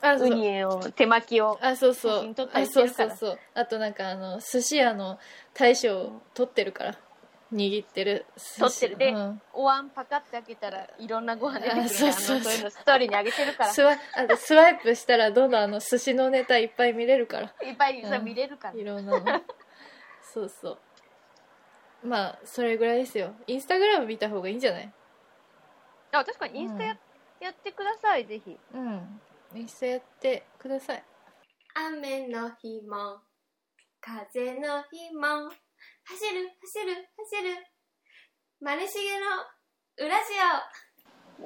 [SPEAKER 2] あそう
[SPEAKER 1] ウニを手巻きを
[SPEAKER 2] あそう
[SPEAKER 1] 写
[SPEAKER 2] そう
[SPEAKER 1] 真撮った
[SPEAKER 2] あ
[SPEAKER 1] りして
[SPEAKER 2] そう
[SPEAKER 1] るか
[SPEAKER 2] そ
[SPEAKER 1] ら
[SPEAKER 2] うそうあとなんかあの寿司屋の大将を取ってるから握ってる寿司
[SPEAKER 1] 撮ってるで
[SPEAKER 2] うん
[SPEAKER 1] お椀パカって開けたらいろんなご飯出てくるから
[SPEAKER 2] あ
[SPEAKER 1] あ
[SPEAKER 2] そう
[SPEAKER 1] の
[SPEAKER 2] そ
[SPEAKER 1] そうういうのストーリーにあげてるから
[SPEAKER 2] スワあとスワイプしたらどんどんあの寿司のネタいっぱい見れるから
[SPEAKER 1] いっぱいさ
[SPEAKER 2] うん
[SPEAKER 1] 見れるから
[SPEAKER 2] いろんな [laughs] のそうそうまあそれぐらいですよインスタグラム見た方がいいんじゃない
[SPEAKER 1] あ確かにインスタややってくださいぜひ
[SPEAKER 2] うんインスタやってください
[SPEAKER 4] 雨の日も風の日も走る走る走るマルシゲの裏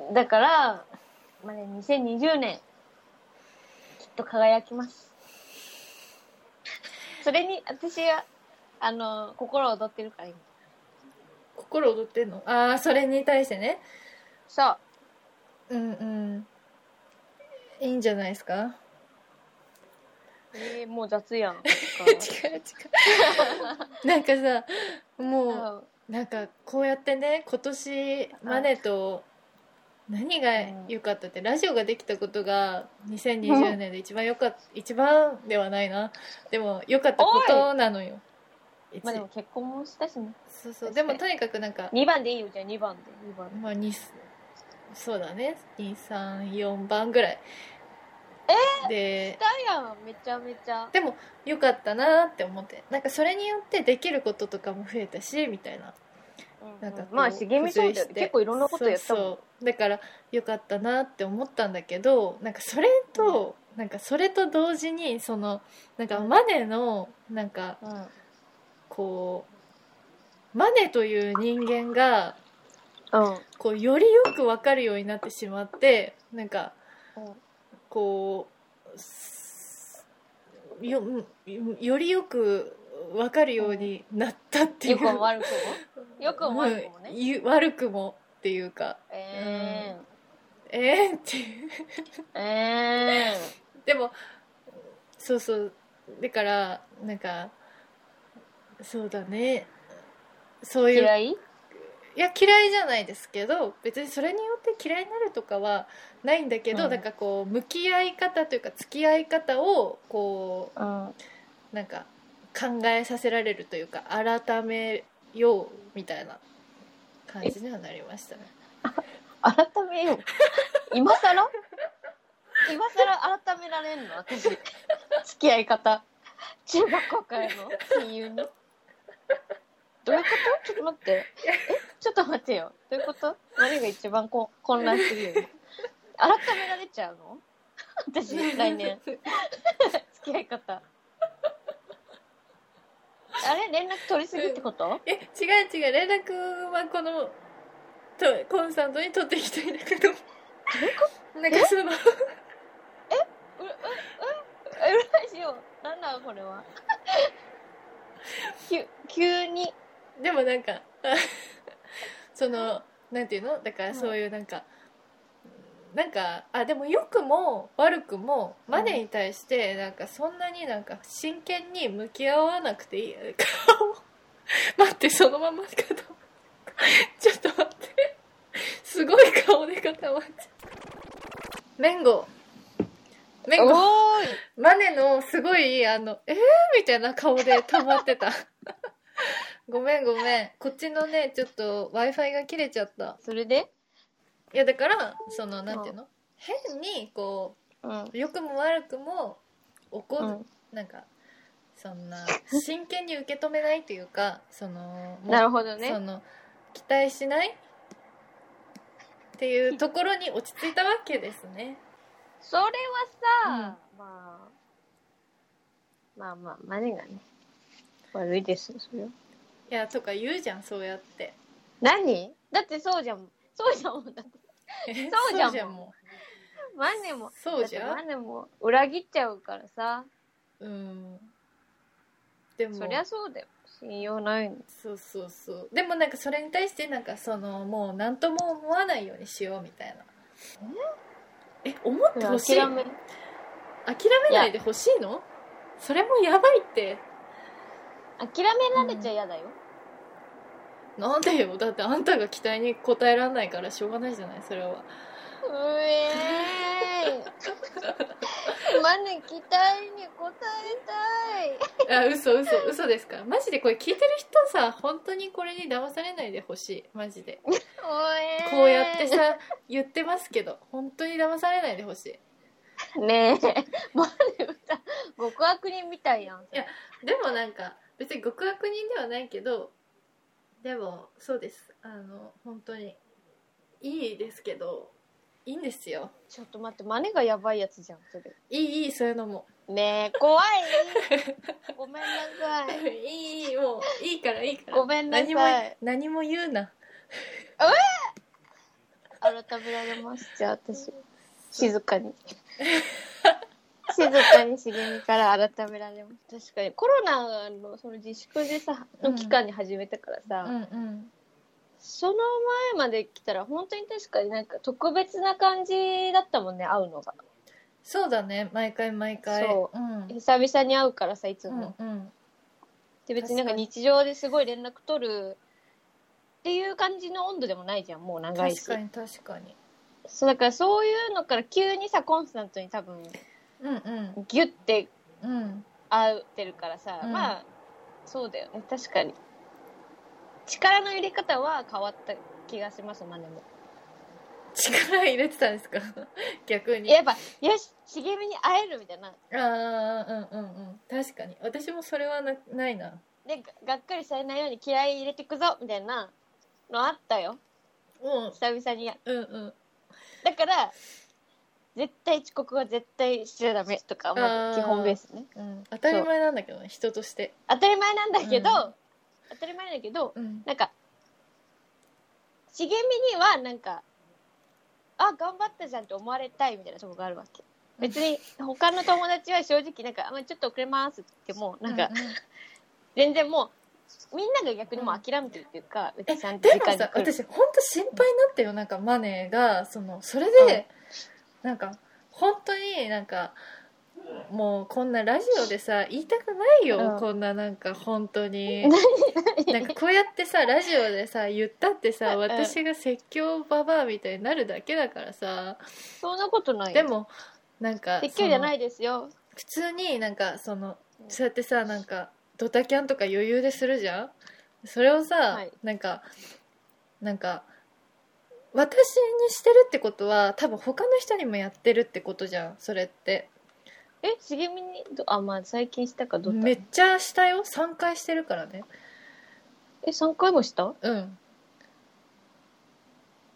[SPEAKER 4] ジ
[SPEAKER 1] だからまあね2020年きっと輝きますそれに私があの心躍ってるから今
[SPEAKER 2] 心踊ってんのああそれに対してね
[SPEAKER 1] そう
[SPEAKER 2] うんうんいいんじゃないですか
[SPEAKER 1] えーもう雑やん
[SPEAKER 2] [laughs]
[SPEAKER 1] [laughs]
[SPEAKER 2] 違う違う [laughs] なんかさもう、
[SPEAKER 1] [laughs] うん
[SPEAKER 2] なんかこうやってね今年マネと何が良かったって、ラジオができたことが2020年で一番良かった一番ではないなでも良かったことなのよ一
[SPEAKER 1] まあでも結婚もしたしね
[SPEAKER 2] そうそうでもとにかくなんか、
[SPEAKER 1] 2番でいいよじゃあ2番で2番
[SPEAKER 2] まあ、にそうだね234番ぐらいで
[SPEAKER 1] だやんめちゃめちゃ
[SPEAKER 2] でも良かったなって思ってなんかそれによってできることとかも増えたしみたいななんかこう
[SPEAKER 1] まあ茂みそうだよ
[SPEAKER 2] 付随して
[SPEAKER 1] 結構いろんなことやったもん
[SPEAKER 2] そうそうだからよかったなって思ったんだけどなんかそれと、なんかそれと同時にそのなんかマネのなんか
[SPEAKER 1] うん
[SPEAKER 2] こうマネという人間が
[SPEAKER 1] うん
[SPEAKER 2] こうよりよく分かるようになってしまってなんかこうすようんよりよく分かるようになったっていう、
[SPEAKER 1] よくも悪くもよくも悪くも
[SPEAKER 2] うん
[SPEAKER 1] ね
[SPEAKER 2] ゆ悪くもっていうか
[SPEAKER 1] えー
[SPEAKER 2] えー、っていう
[SPEAKER 1] え
[SPEAKER 2] でもそうそうだからなんかそうだねそう
[SPEAKER 1] ー
[SPEAKER 2] いういや
[SPEAKER 1] 嫌い
[SPEAKER 2] 嫌いじゃないですけど別にそれによって嫌いになるとかはないんだけど、
[SPEAKER 1] うん
[SPEAKER 2] なんかこう向き合い方というか付き合い方をこ
[SPEAKER 1] うん
[SPEAKER 2] うなんか考えさせられるというか改めようみたいな感じにはなりましたね。
[SPEAKER 1] 改めよう今さら今さら改められんの私付き合い方中学校からの親友にどういうことちょっと待ってえちょっと待ってよどういうこと何が一番こ混乱するよね改められちゃうの私来年付き合い方あれ連絡取りすぎってこと
[SPEAKER 2] え違う違う連絡はこのとコンスタントに取っていきたいんだけどなんかその
[SPEAKER 1] えラジオなんだこれは急急に
[SPEAKER 2] でもなんか [laughs] あそのなんていうのだからそういうなんか、なんかあでも良くも悪くもマネに対してなんかそんなになんか真剣に向き合わなくていい顔 [laughs] 待ってそのまま固ま [laughs] ちょっと待ってすごい顔で固まっちゃうメンゴメンゴ
[SPEAKER 1] おーい
[SPEAKER 2] マネのすごい、あの、えー、みたいな顔で溜まって
[SPEAKER 1] [laughs]
[SPEAKER 2] た。ごめんごめん。こっちのね、ちょっと Wi-Fi が切れちゃった。
[SPEAKER 1] それで
[SPEAKER 2] いや、だから、その、なんていうの変に、こ
[SPEAKER 1] うん
[SPEAKER 2] う、良くも悪くも怒
[SPEAKER 1] う
[SPEAKER 2] る、
[SPEAKER 1] ん
[SPEAKER 2] なんか、そんな、真剣に受け止めないというか、その、
[SPEAKER 1] なるほど
[SPEAKER 2] そ
[SPEAKER 1] ね
[SPEAKER 2] の、期待しないっていうところに落ち着いたわけですね。
[SPEAKER 1] それはさ、まあまあまあマネがね悪いですよそれはい
[SPEAKER 2] や、とか言うじゃん、そうやって。
[SPEAKER 1] 何だってそうじゃんそうじゃんだってそうじゃん
[SPEAKER 2] もう。
[SPEAKER 1] マネも
[SPEAKER 2] そうじ
[SPEAKER 1] だ
[SPEAKER 2] ゃ
[SPEAKER 1] って
[SPEAKER 2] ん
[SPEAKER 1] マネも裏切っちゃうからさ
[SPEAKER 2] うんでも
[SPEAKER 1] そりゃそうだよ信用ないの
[SPEAKER 2] そうそうそうでもなんかそれに対してなんかそのもう何とも思わないようにしようみたいなえ思ってほしい
[SPEAKER 1] 諦
[SPEAKER 2] 諦め
[SPEAKER 1] め
[SPEAKER 2] ないでほしいのそれもやばいって
[SPEAKER 1] 諦められちゃ嫌だよ。
[SPEAKER 2] なんでよだってあんたが期待に応えられないからしょうがないじゃないそれは
[SPEAKER 1] うえーい。マネ期待に応えたい。
[SPEAKER 2] あ嘘 [laughs] 嘘嘘ですからマジでこれ聞いてる人さ本当にこれに騙されないでほしいマジで
[SPEAKER 1] おえー
[SPEAKER 2] こうやってさ言ってますけど本当に騙されないでほしい
[SPEAKER 1] ねえ、マネ歌、極悪人みたいやん。
[SPEAKER 2] いやでもなんか別に極悪人ではないけどでもそうですあの本当にいいですけどいいんですよ
[SPEAKER 1] ちょっと待って、マネがやばいやつじゃん、それ。
[SPEAKER 2] いいいいそういうのも [laughs]
[SPEAKER 1] ねえ、怖い。ごめんなさい。
[SPEAKER 2] いいいいもういいからいいから
[SPEAKER 1] ごめんなさい
[SPEAKER 2] 何も何も言うな
[SPEAKER 1] 改められますじゃあ私静か
[SPEAKER 2] [laughs]
[SPEAKER 1] に静かに茂みから改められます確かにコロナのその自粛でさ
[SPEAKER 2] う
[SPEAKER 1] の
[SPEAKER 2] ん
[SPEAKER 1] 期間に始めたからさ、
[SPEAKER 2] うんうん
[SPEAKER 1] その前まで来たら本当に確かになんか特別な感じだったもんね会うのが
[SPEAKER 2] そうだね毎回毎回、
[SPEAKER 1] そう
[SPEAKER 2] ん、
[SPEAKER 1] 久々に会うからさいつ
[SPEAKER 2] う
[SPEAKER 1] も、
[SPEAKER 2] んうん
[SPEAKER 1] で別になんか日常ですごい連絡取るっていう感じの温度でもないじゃんもう長いし
[SPEAKER 2] 確かに確かに
[SPEAKER 1] そうだからそういうのから急にさコンスタントに多分
[SPEAKER 2] うんうん
[SPEAKER 1] ギュッて
[SPEAKER 2] うん
[SPEAKER 1] 合ってるからさ、
[SPEAKER 2] うん
[SPEAKER 1] まあそうだよね確かに力の入れ方は変わった気がしますマネも
[SPEAKER 2] 力入れてたんですか [laughs] 逆に
[SPEAKER 1] やっぱよし茂みに会えるみたいな
[SPEAKER 2] ああうんうんうん確かに私もそれはなないな
[SPEAKER 1] でががっかりされないように気合い入れてくぞみたいなのあったよ
[SPEAKER 2] うん
[SPEAKER 1] 久々に
[SPEAKER 2] うんうん
[SPEAKER 1] だから絶対遅刻は絶対しちゃダメとかま
[SPEAKER 2] あ
[SPEAKER 1] あ
[SPEAKER 2] ー
[SPEAKER 1] 基本ベースね
[SPEAKER 2] うん当たり前なんだけどね人として
[SPEAKER 1] 当たり前なんだけど、
[SPEAKER 2] うん
[SPEAKER 1] 当たり前だけど
[SPEAKER 2] うん
[SPEAKER 1] なんか茂みにはなんかあ頑張ったじゃんって思われたいみたいなとこがあるわけ別に他の友達は正直なんかあまあちょっと遅れますってもうなんか
[SPEAKER 2] うう
[SPEAKER 1] 全然もうみんなが逆にもう諦めてるっていうか別にちゃ
[SPEAKER 2] ん
[SPEAKER 1] んと
[SPEAKER 2] で
[SPEAKER 1] 時
[SPEAKER 2] も
[SPEAKER 1] 間に
[SPEAKER 2] さ
[SPEAKER 1] 来る
[SPEAKER 2] 私本当心配になったよなんかマネーがそのそれで、なんか本当になんかもうこんなラジオでさ言いたくないよ、
[SPEAKER 1] うん
[SPEAKER 2] こんななんか本当になんかこうやってさラジオでさ言ったってさ
[SPEAKER 1] うん
[SPEAKER 2] 私が説教ババアみたいになるだけだからさ
[SPEAKER 1] そんなことない
[SPEAKER 2] で
[SPEAKER 1] よ
[SPEAKER 2] もなんか
[SPEAKER 1] 説教じゃないいですよ
[SPEAKER 2] 普通になんかその
[SPEAKER 1] うん
[SPEAKER 2] そうやってさなんかドタキャンとか余裕でするじゃんそれをさ、
[SPEAKER 1] はい
[SPEAKER 2] なんかなんか私にしてるってことは多分他の人にもやってるってことじゃんそれって
[SPEAKER 1] え茂みにどあまあ最近したかどうか
[SPEAKER 2] めっちゃしたよ3回してるからね
[SPEAKER 1] え三3回もした
[SPEAKER 2] うん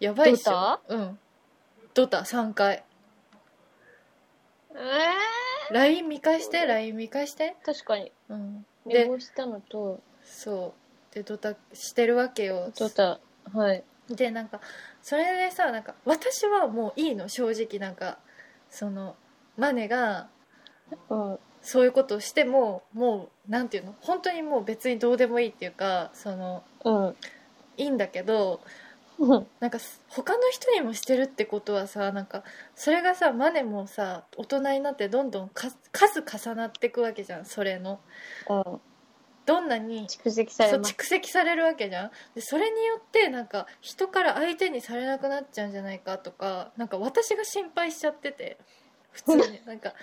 [SPEAKER 2] やばいっし
[SPEAKER 1] ド
[SPEAKER 2] ょうんドタ3回
[SPEAKER 1] えー、
[SPEAKER 2] LINE 見返して LINE 見返して
[SPEAKER 1] 確かに
[SPEAKER 2] うん
[SPEAKER 1] メ
[SPEAKER 2] で
[SPEAKER 1] モしたのと
[SPEAKER 2] そうでドタしてるわけよ
[SPEAKER 1] ちょっとはい
[SPEAKER 2] でなんかそれでさなんか私はもういいの正直なんかそのマネが
[SPEAKER 1] うん
[SPEAKER 2] そういうことをしてももうなんていうの本当にもう別にどうでもいいっていうかその
[SPEAKER 1] うん [laughs]
[SPEAKER 2] いいんだけど
[SPEAKER 1] うん
[SPEAKER 2] なんかす他の人にもしてるってことはさなんかそれがさマネもさ大人になってどんどんか数重なっていくわけじゃんそれの
[SPEAKER 1] うん
[SPEAKER 2] どんなに
[SPEAKER 1] 蓄積され
[SPEAKER 2] そう
[SPEAKER 1] ます
[SPEAKER 2] 蓄積されるわけじゃんでそれによってなんか人から相手にされなくなっちゃうんじゃないかとかなんか私が心配しちゃってて
[SPEAKER 1] [laughs]
[SPEAKER 2] 普通になんか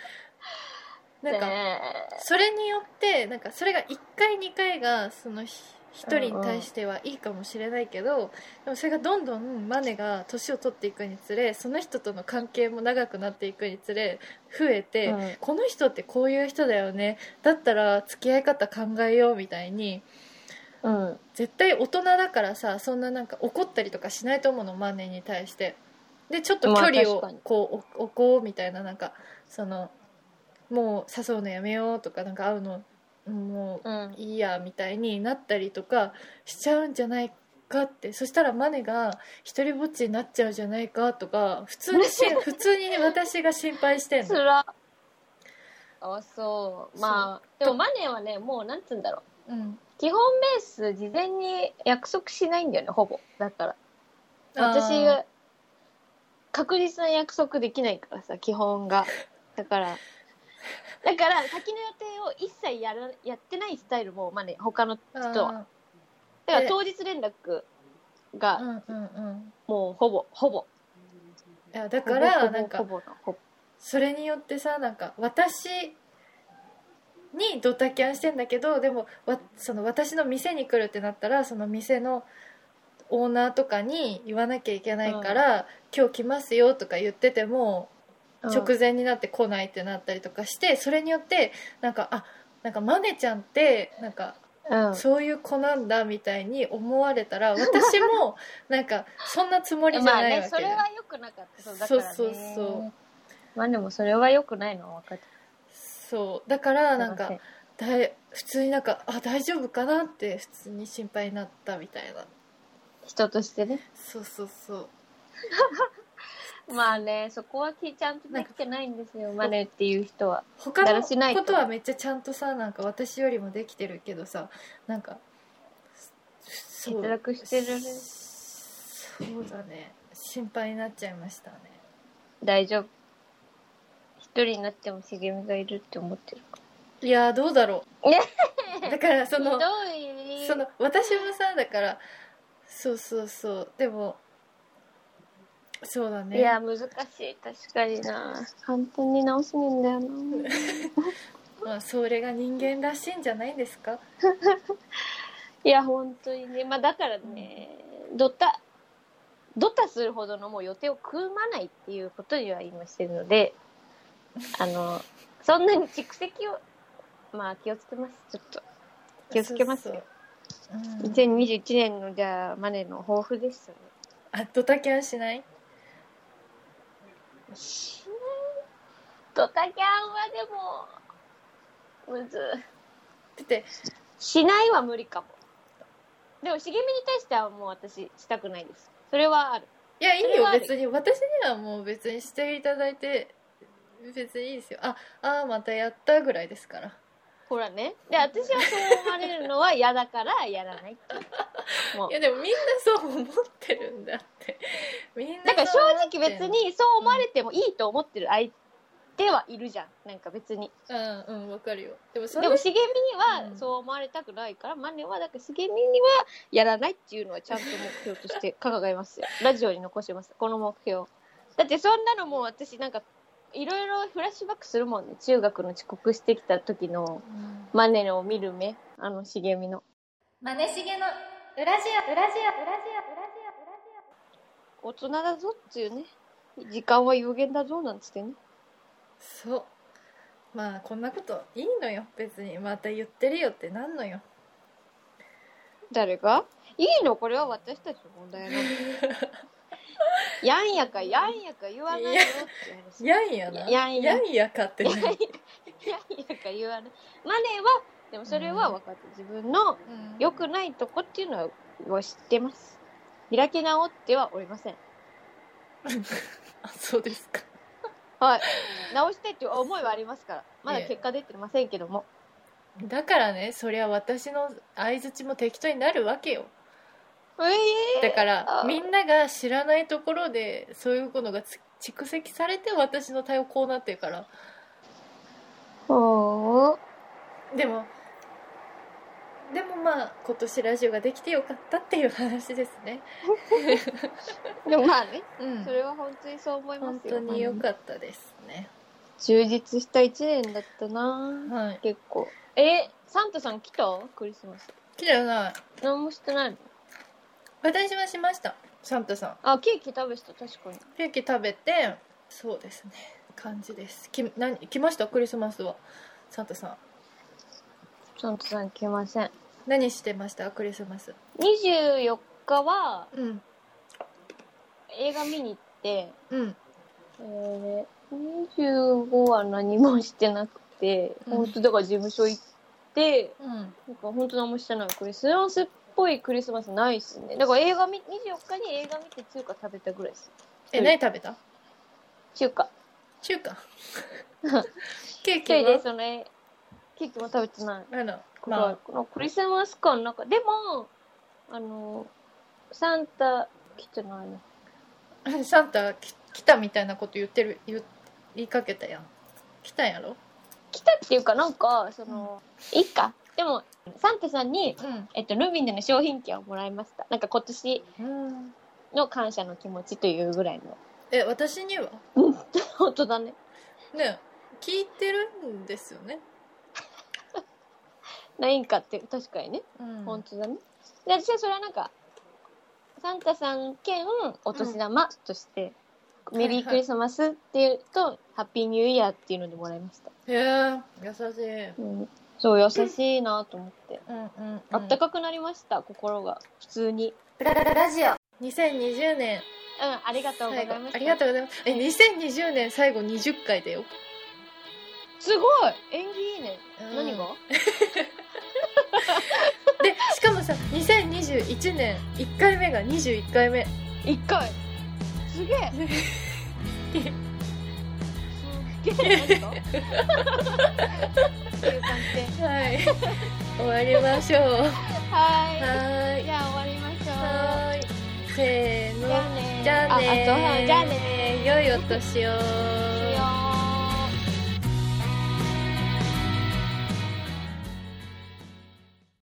[SPEAKER 2] なんか
[SPEAKER 1] ね
[SPEAKER 2] それによってなんかそれが1回2回がそのひ一人に対してはいいかもしれないけど、でもそれがどんどんマネが年を取っていくにつれその人との関係も長くなっていくにつれ増え
[SPEAKER 1] え
[SPEAKER 2] て、
[SPEAKER 1] うん
[SPEAKER 2] この人ってこういう人だよねだったら付き合い方考えようみたいに
[SPEAKER 1] うん
[SPEAKER 2] 絶対大人だからさそんななんか怒ったりとかしないと思うのマネに対してでちょっと距
[SPEAKER 1] まあ
[SPEAKER 2] 離
[SPEAKER 1] 確
[SPEAKER 2] を
[SPEAKER 1] かに
[SPEAKER 2] こうお置こうみたいななんかそのもう誘うのやめようとかなんか会うのも
[SPEAKER 1] う
[SPEAKER 2] うんいいやみたいになったりとかしちゃうんじゃないかってそしたらマネが一人ぼっちになっちゃうんじゃないかとか普通にし
[SPEAKER 1] [laughs]
[SPEAKER 2] 普通に私が心配してん
[SPEAKER 1] つ
[SPEAKER 2] の
[SPEAKER 1] らあそうまあでもマネーはねもうなんつうんだろ
[SPEAKER 2] うん
[SPEAKER 1] う基本ベース事前に約束しないんだよねほぼだから
[SPEAKER 2] あー
[SPEAKER 1] 私が確実な約束できないからさ基本がだからだから先の予定を一切やらやってないスタイルも、まあね、他の人は。だから当日連絡
[SPEAKER 2] う
[SPEAKER 1] が
[SPEAKER 2] んうんうん
[SPEAKER 1] もうほぼ、ほぼ。
[SPEAKER 2] いやだからなん
[SPEAKER 1] ほ
[SPEAKER 2] か
[SPEAKER 1] ぼのほぼ
[SPEAKER 2] それによってさなんか私にドタキャンしてんだけどでもわその私の店に来るってなったらその店のオーナーとかに言わなきゃいけないから、今日来ますよとか言ってても
[SPEAKER 1] うん
[SPEAKER 2] 直前になって来ないってなったりとかして、それによってなんかあなんかマネちゃんってなんか
[SPEAKER 1] うん
[SPEAKER 2] そういう子なんだみたいに思われたら私もなんかそんなつもりじゃないわけ
[SPEAKER 1] そ [laughs]
[SPEAKER 2] じ
[SPEAKER 1] れ
[SPEAKER 2] ゃん
[SPEAKER 1] は良くなかったそうだから、ね、
[SPEAKER 2] そうそうそう
[SPEAKER 1] まあでもそれは良くないのは分かって
[SPEAKER 2] そうだから
[SPEAKER 1] た
[SPEAKER 2] なんかだい普通になんかあ大丈夫かなって普通に心配になったみたいな
[SPEAKER 1] 人としてね
[SPEAKER 2] そうそうそう
[SPEAKER 1] まあねそこはきちゃんとできてないんですよマネっていう人は
[SPEAKER 2] 他
[SPEAKER 1] だ
[SPEAKER 2] の
[SPEAKER 1] らしないと
[SPEAKER 2] ことはめっちゃちゃんとさなんか私よりもできてるけどさなんかそ
[SPEAKER 1] 欠落してるね
[SPEAKER 2] そうだね心配になっちゃいましたね
[SPEAKER 1] 大丈夫一人になっても茂みがいるって思ってるか
[SPEAKER 2] いやーどうだろう [laughs] だからそ
[SPEAKER 1] ら
[SPEAKER 2] の
[SPEAKER 1] ひどい
[SPEAKER 2] その私もさだからそうそうそうでもそうだね
[SPEAKER 1] いや難しい確かにな簡単に直せねえんだよな
[SPEAKER 2] まあそれが人間らしいんじゃないですか
[SPEAKER 1] [laughs] いや本当にねまあだからねドタドタするほどのもう予定を組まないっていうことには今してるのであのそんなに蓄積をまあ気をつけますちょっと気をつけますよ
[SPEAKER 2] そうそううん
[SPEAKER 1] 2021年のじゃあマネの抱負ですよね
[SPEAKER 2] あドタキャンしない
[SPEAKER 1] ドタキャンはでもむず
[SPEAKER 2] だって
[SPEAKER 1] しないは無理かもでも茂みに対してはもう私したくないですそれはある
[SPEAKER 2] いやいい
[SPEAKER 1] それ
[SPEAKER 2] よ
[SPEAKER 1] はある
[SPEAKER 2] 別に私にはもう別にしていただいて別にいいですよああーまたやったぐらいですから
[SPEAKER 1] ほらねで私はそう思われるのは嫌だからやらないっていうもう
[SPEAKER 2] いやでもみんなそう思ってるんだって [laughs] みんな
[SPEAKER 1] なんか正
[SPEAKER 2] そう思って
[SPEAKER 1] 直
[SPEAKER 2] ん
[SPEAKER 1] 別にそう思われてもいいと思ってる相手はいるじゃんなんか別に
[SPEAKER 2] うんうんわかるよでもそ
[SPEAKER 1] で
[SPEAKER 2] れ
[SPEAKER 1] も茂みに
[SPEAKER 2] う
[SPEAKER 1] は
[SPEAKER 2] ん
[SPEAKER 1] そう思われたくないから、マネはだから茂みにはやらないっていうのはちゃんと目標として掲げ
[SPEAKER 2] [laughs]
[SPEAKER 1] ますよラジオに残しますこの目標だってそんなのもう私なんかいろいろフラッシュバックするもんね中学の遅刻してきた時の
[SPEAKER 2] うん
[SPEAKER 1] マネを見る目あの茂みの
[SPEAKER 4] マネしげのウラジオウラジオウラジオウラジオウラジオ
[SPEAKER 1] 大人だぞっていうね時間は有限だぞなんつってね
[SPEAKER 2] そうまあこんなこといいのよ別にまた言ってるよってなんのよ
[SPEAKER 1] 誰がいいのこれは私たちの問題なのやんやかやんやか言わないよって話
[SPEAKER 2] やんやな
[SPEAKER 1] やんや
[SPEAKER 2] やんやかってね
[SPEAKER 1] いやいやいやか言わないマネはでもそれは分かって自分の良くないとこっていうのは知ってます開き直ってはおりません
[SPEAKER 2] あそうですか
[SPEAKER 1] はい直したいっていう思いはありますからまだ結果出てませんけども
[SPEAKER 2] だからねそりゃ私の相づちも適当になるわけよ
[SPEAKER 1] うえ
[SPEAKER 2] だか
[SPEAKER 1] あ
[SPEAKER 2] ら
[SPEAKER 1] ー
[SPEAKER 2] みんなが知らないところでそういうものがつ蓄積されて私の対応こうなってるから
[SPEAKER 1] ーおー
[SPEAKER 2] でもでもまあ今年ラジオができてよかったっていう話ですね
[SPEAKER 1] でもまあね
[SPEAKER 2] うん
[SPEAKER 1] それは本当にそう思います
[SPEAKER 2] 本
[SPEAKER 1] よ
[SPEAKER 2] 当に良かったですね
[SPEAKER 1] 充実した一年だったな
[SPEAKER 2] はい
[SPEAKER 1] 結構えサンタさん来たクリスマス
[SPEAKER 2] きれいない
[SPEAKER 1] 何もしてないの
[SPEAKER 2] 私はしましたサンタさん
[SPEAKER 1] あケーキ食べてた確かに
[SPEAKER 2] ケーキ食べてそうですね感じですき何来ましたクリスマスはサンタさん
[SPEAKER 1] サンタさん来ません
[SPEAKER 2] 何してましたクリスマス
[SPEAKER 1] 24日は
[SPEAKER 2] うん
[SPEAKER 1] 映画見に行って、
[SPEAKER 2] うん
[SPEAKER 1] えー、25は何もしてなくて、
[SPEAKER 2] うん
[SPEAKER 1] 本当だから事務所行って
[SPEAKER 2] うん
[SPEAKER 1] なんか本当何もしてないクリスマスっぽいクリスマスないっすねだから映画見24日に映画見て中華食べたぐらいです
[SPEAKER 2] え何食べた
[SPEAKER 1] 中華
[SPEAKER 2] 中華ケー
[SPEAKER 1] 一
[SPEAKER 2] キ
[SPEAKER 1] 人で
[SPEAKER 2] は
[SPEAKER 1] そのえケーキも食べてない
[SPEAKER 2] あら
[SPEAKER 1] こ
[SPEAKER 2] まあ
[SPEAKER 1] このクリスマス感なんかでもあのサンタ来てないな
[SPEAKER 2] [laughs] サンタき来たみたいなこと言ってる言言いかけたやん来たんやろ
[SPEAKER 1] 来たっていうかなんかその、いいかでもサンタさんに、えっと、ルビンでの商品券をもらいましたなんか今年
[SPEAKER 2] うん
[SPEAKER 1] の感謝の気持ちというぐらいの [laughs]
[SPEAKER 2] え私には
[SPEAKER 1] 本当だね
[SPEAKER 2] ね聞いてるんですよね、
[SPEAKER 1] ないんかって確かにね、
[SPEAKER 2] うん
[SPEAKER 1] 本当だねで私はそれはなんかサンタさん兼お年玉として、メリークリスマスっていうと、ハッピーニューイヤーっていうのでもらいました、
[SPEAKER 2] へえ優しい
[SPEAKER 1] うん、そう優しいなと思って、
[SPEAKER 2] うんうん、うん、
[SPEAKER 1] あったかくなりました心が普通に
[SPEAKER 4] ラララジオ
[SPEAKER 2] 2020年
[SPEAKER 1] うんありがとうござ
[SPEAKER 2] 最
[SPEAKER 1] い
[SPEAKER 2] 後
[SPEAKER 1] ました
[SPEAKER 2] ありがとうございますえ2020年最後20回だよ
[SPEAKER 1] すごい縁起いいね、
[SPEAKER 2] うん
[SPEAKER 1] 何が
[SPEAKER 2] でしかもさ2021年1回目が21回目
[SPEAKER 1] 一回すげえすげえ何がっていう感じで
[SPEAKER 2] はい終わりましょう
[SPEAKER 1] はーい
[SPEAKER 2] はーい
[SPEAKER 1] じゃあ終わりましょう
[SPEAKER 2] はーいせーの
[SPEAKER 1] じゃあね
[SPEAKER 2] じゃあねー
[SPEAKER 1] ああとはいじゃあね
[SPEAKER 2] 良いお年を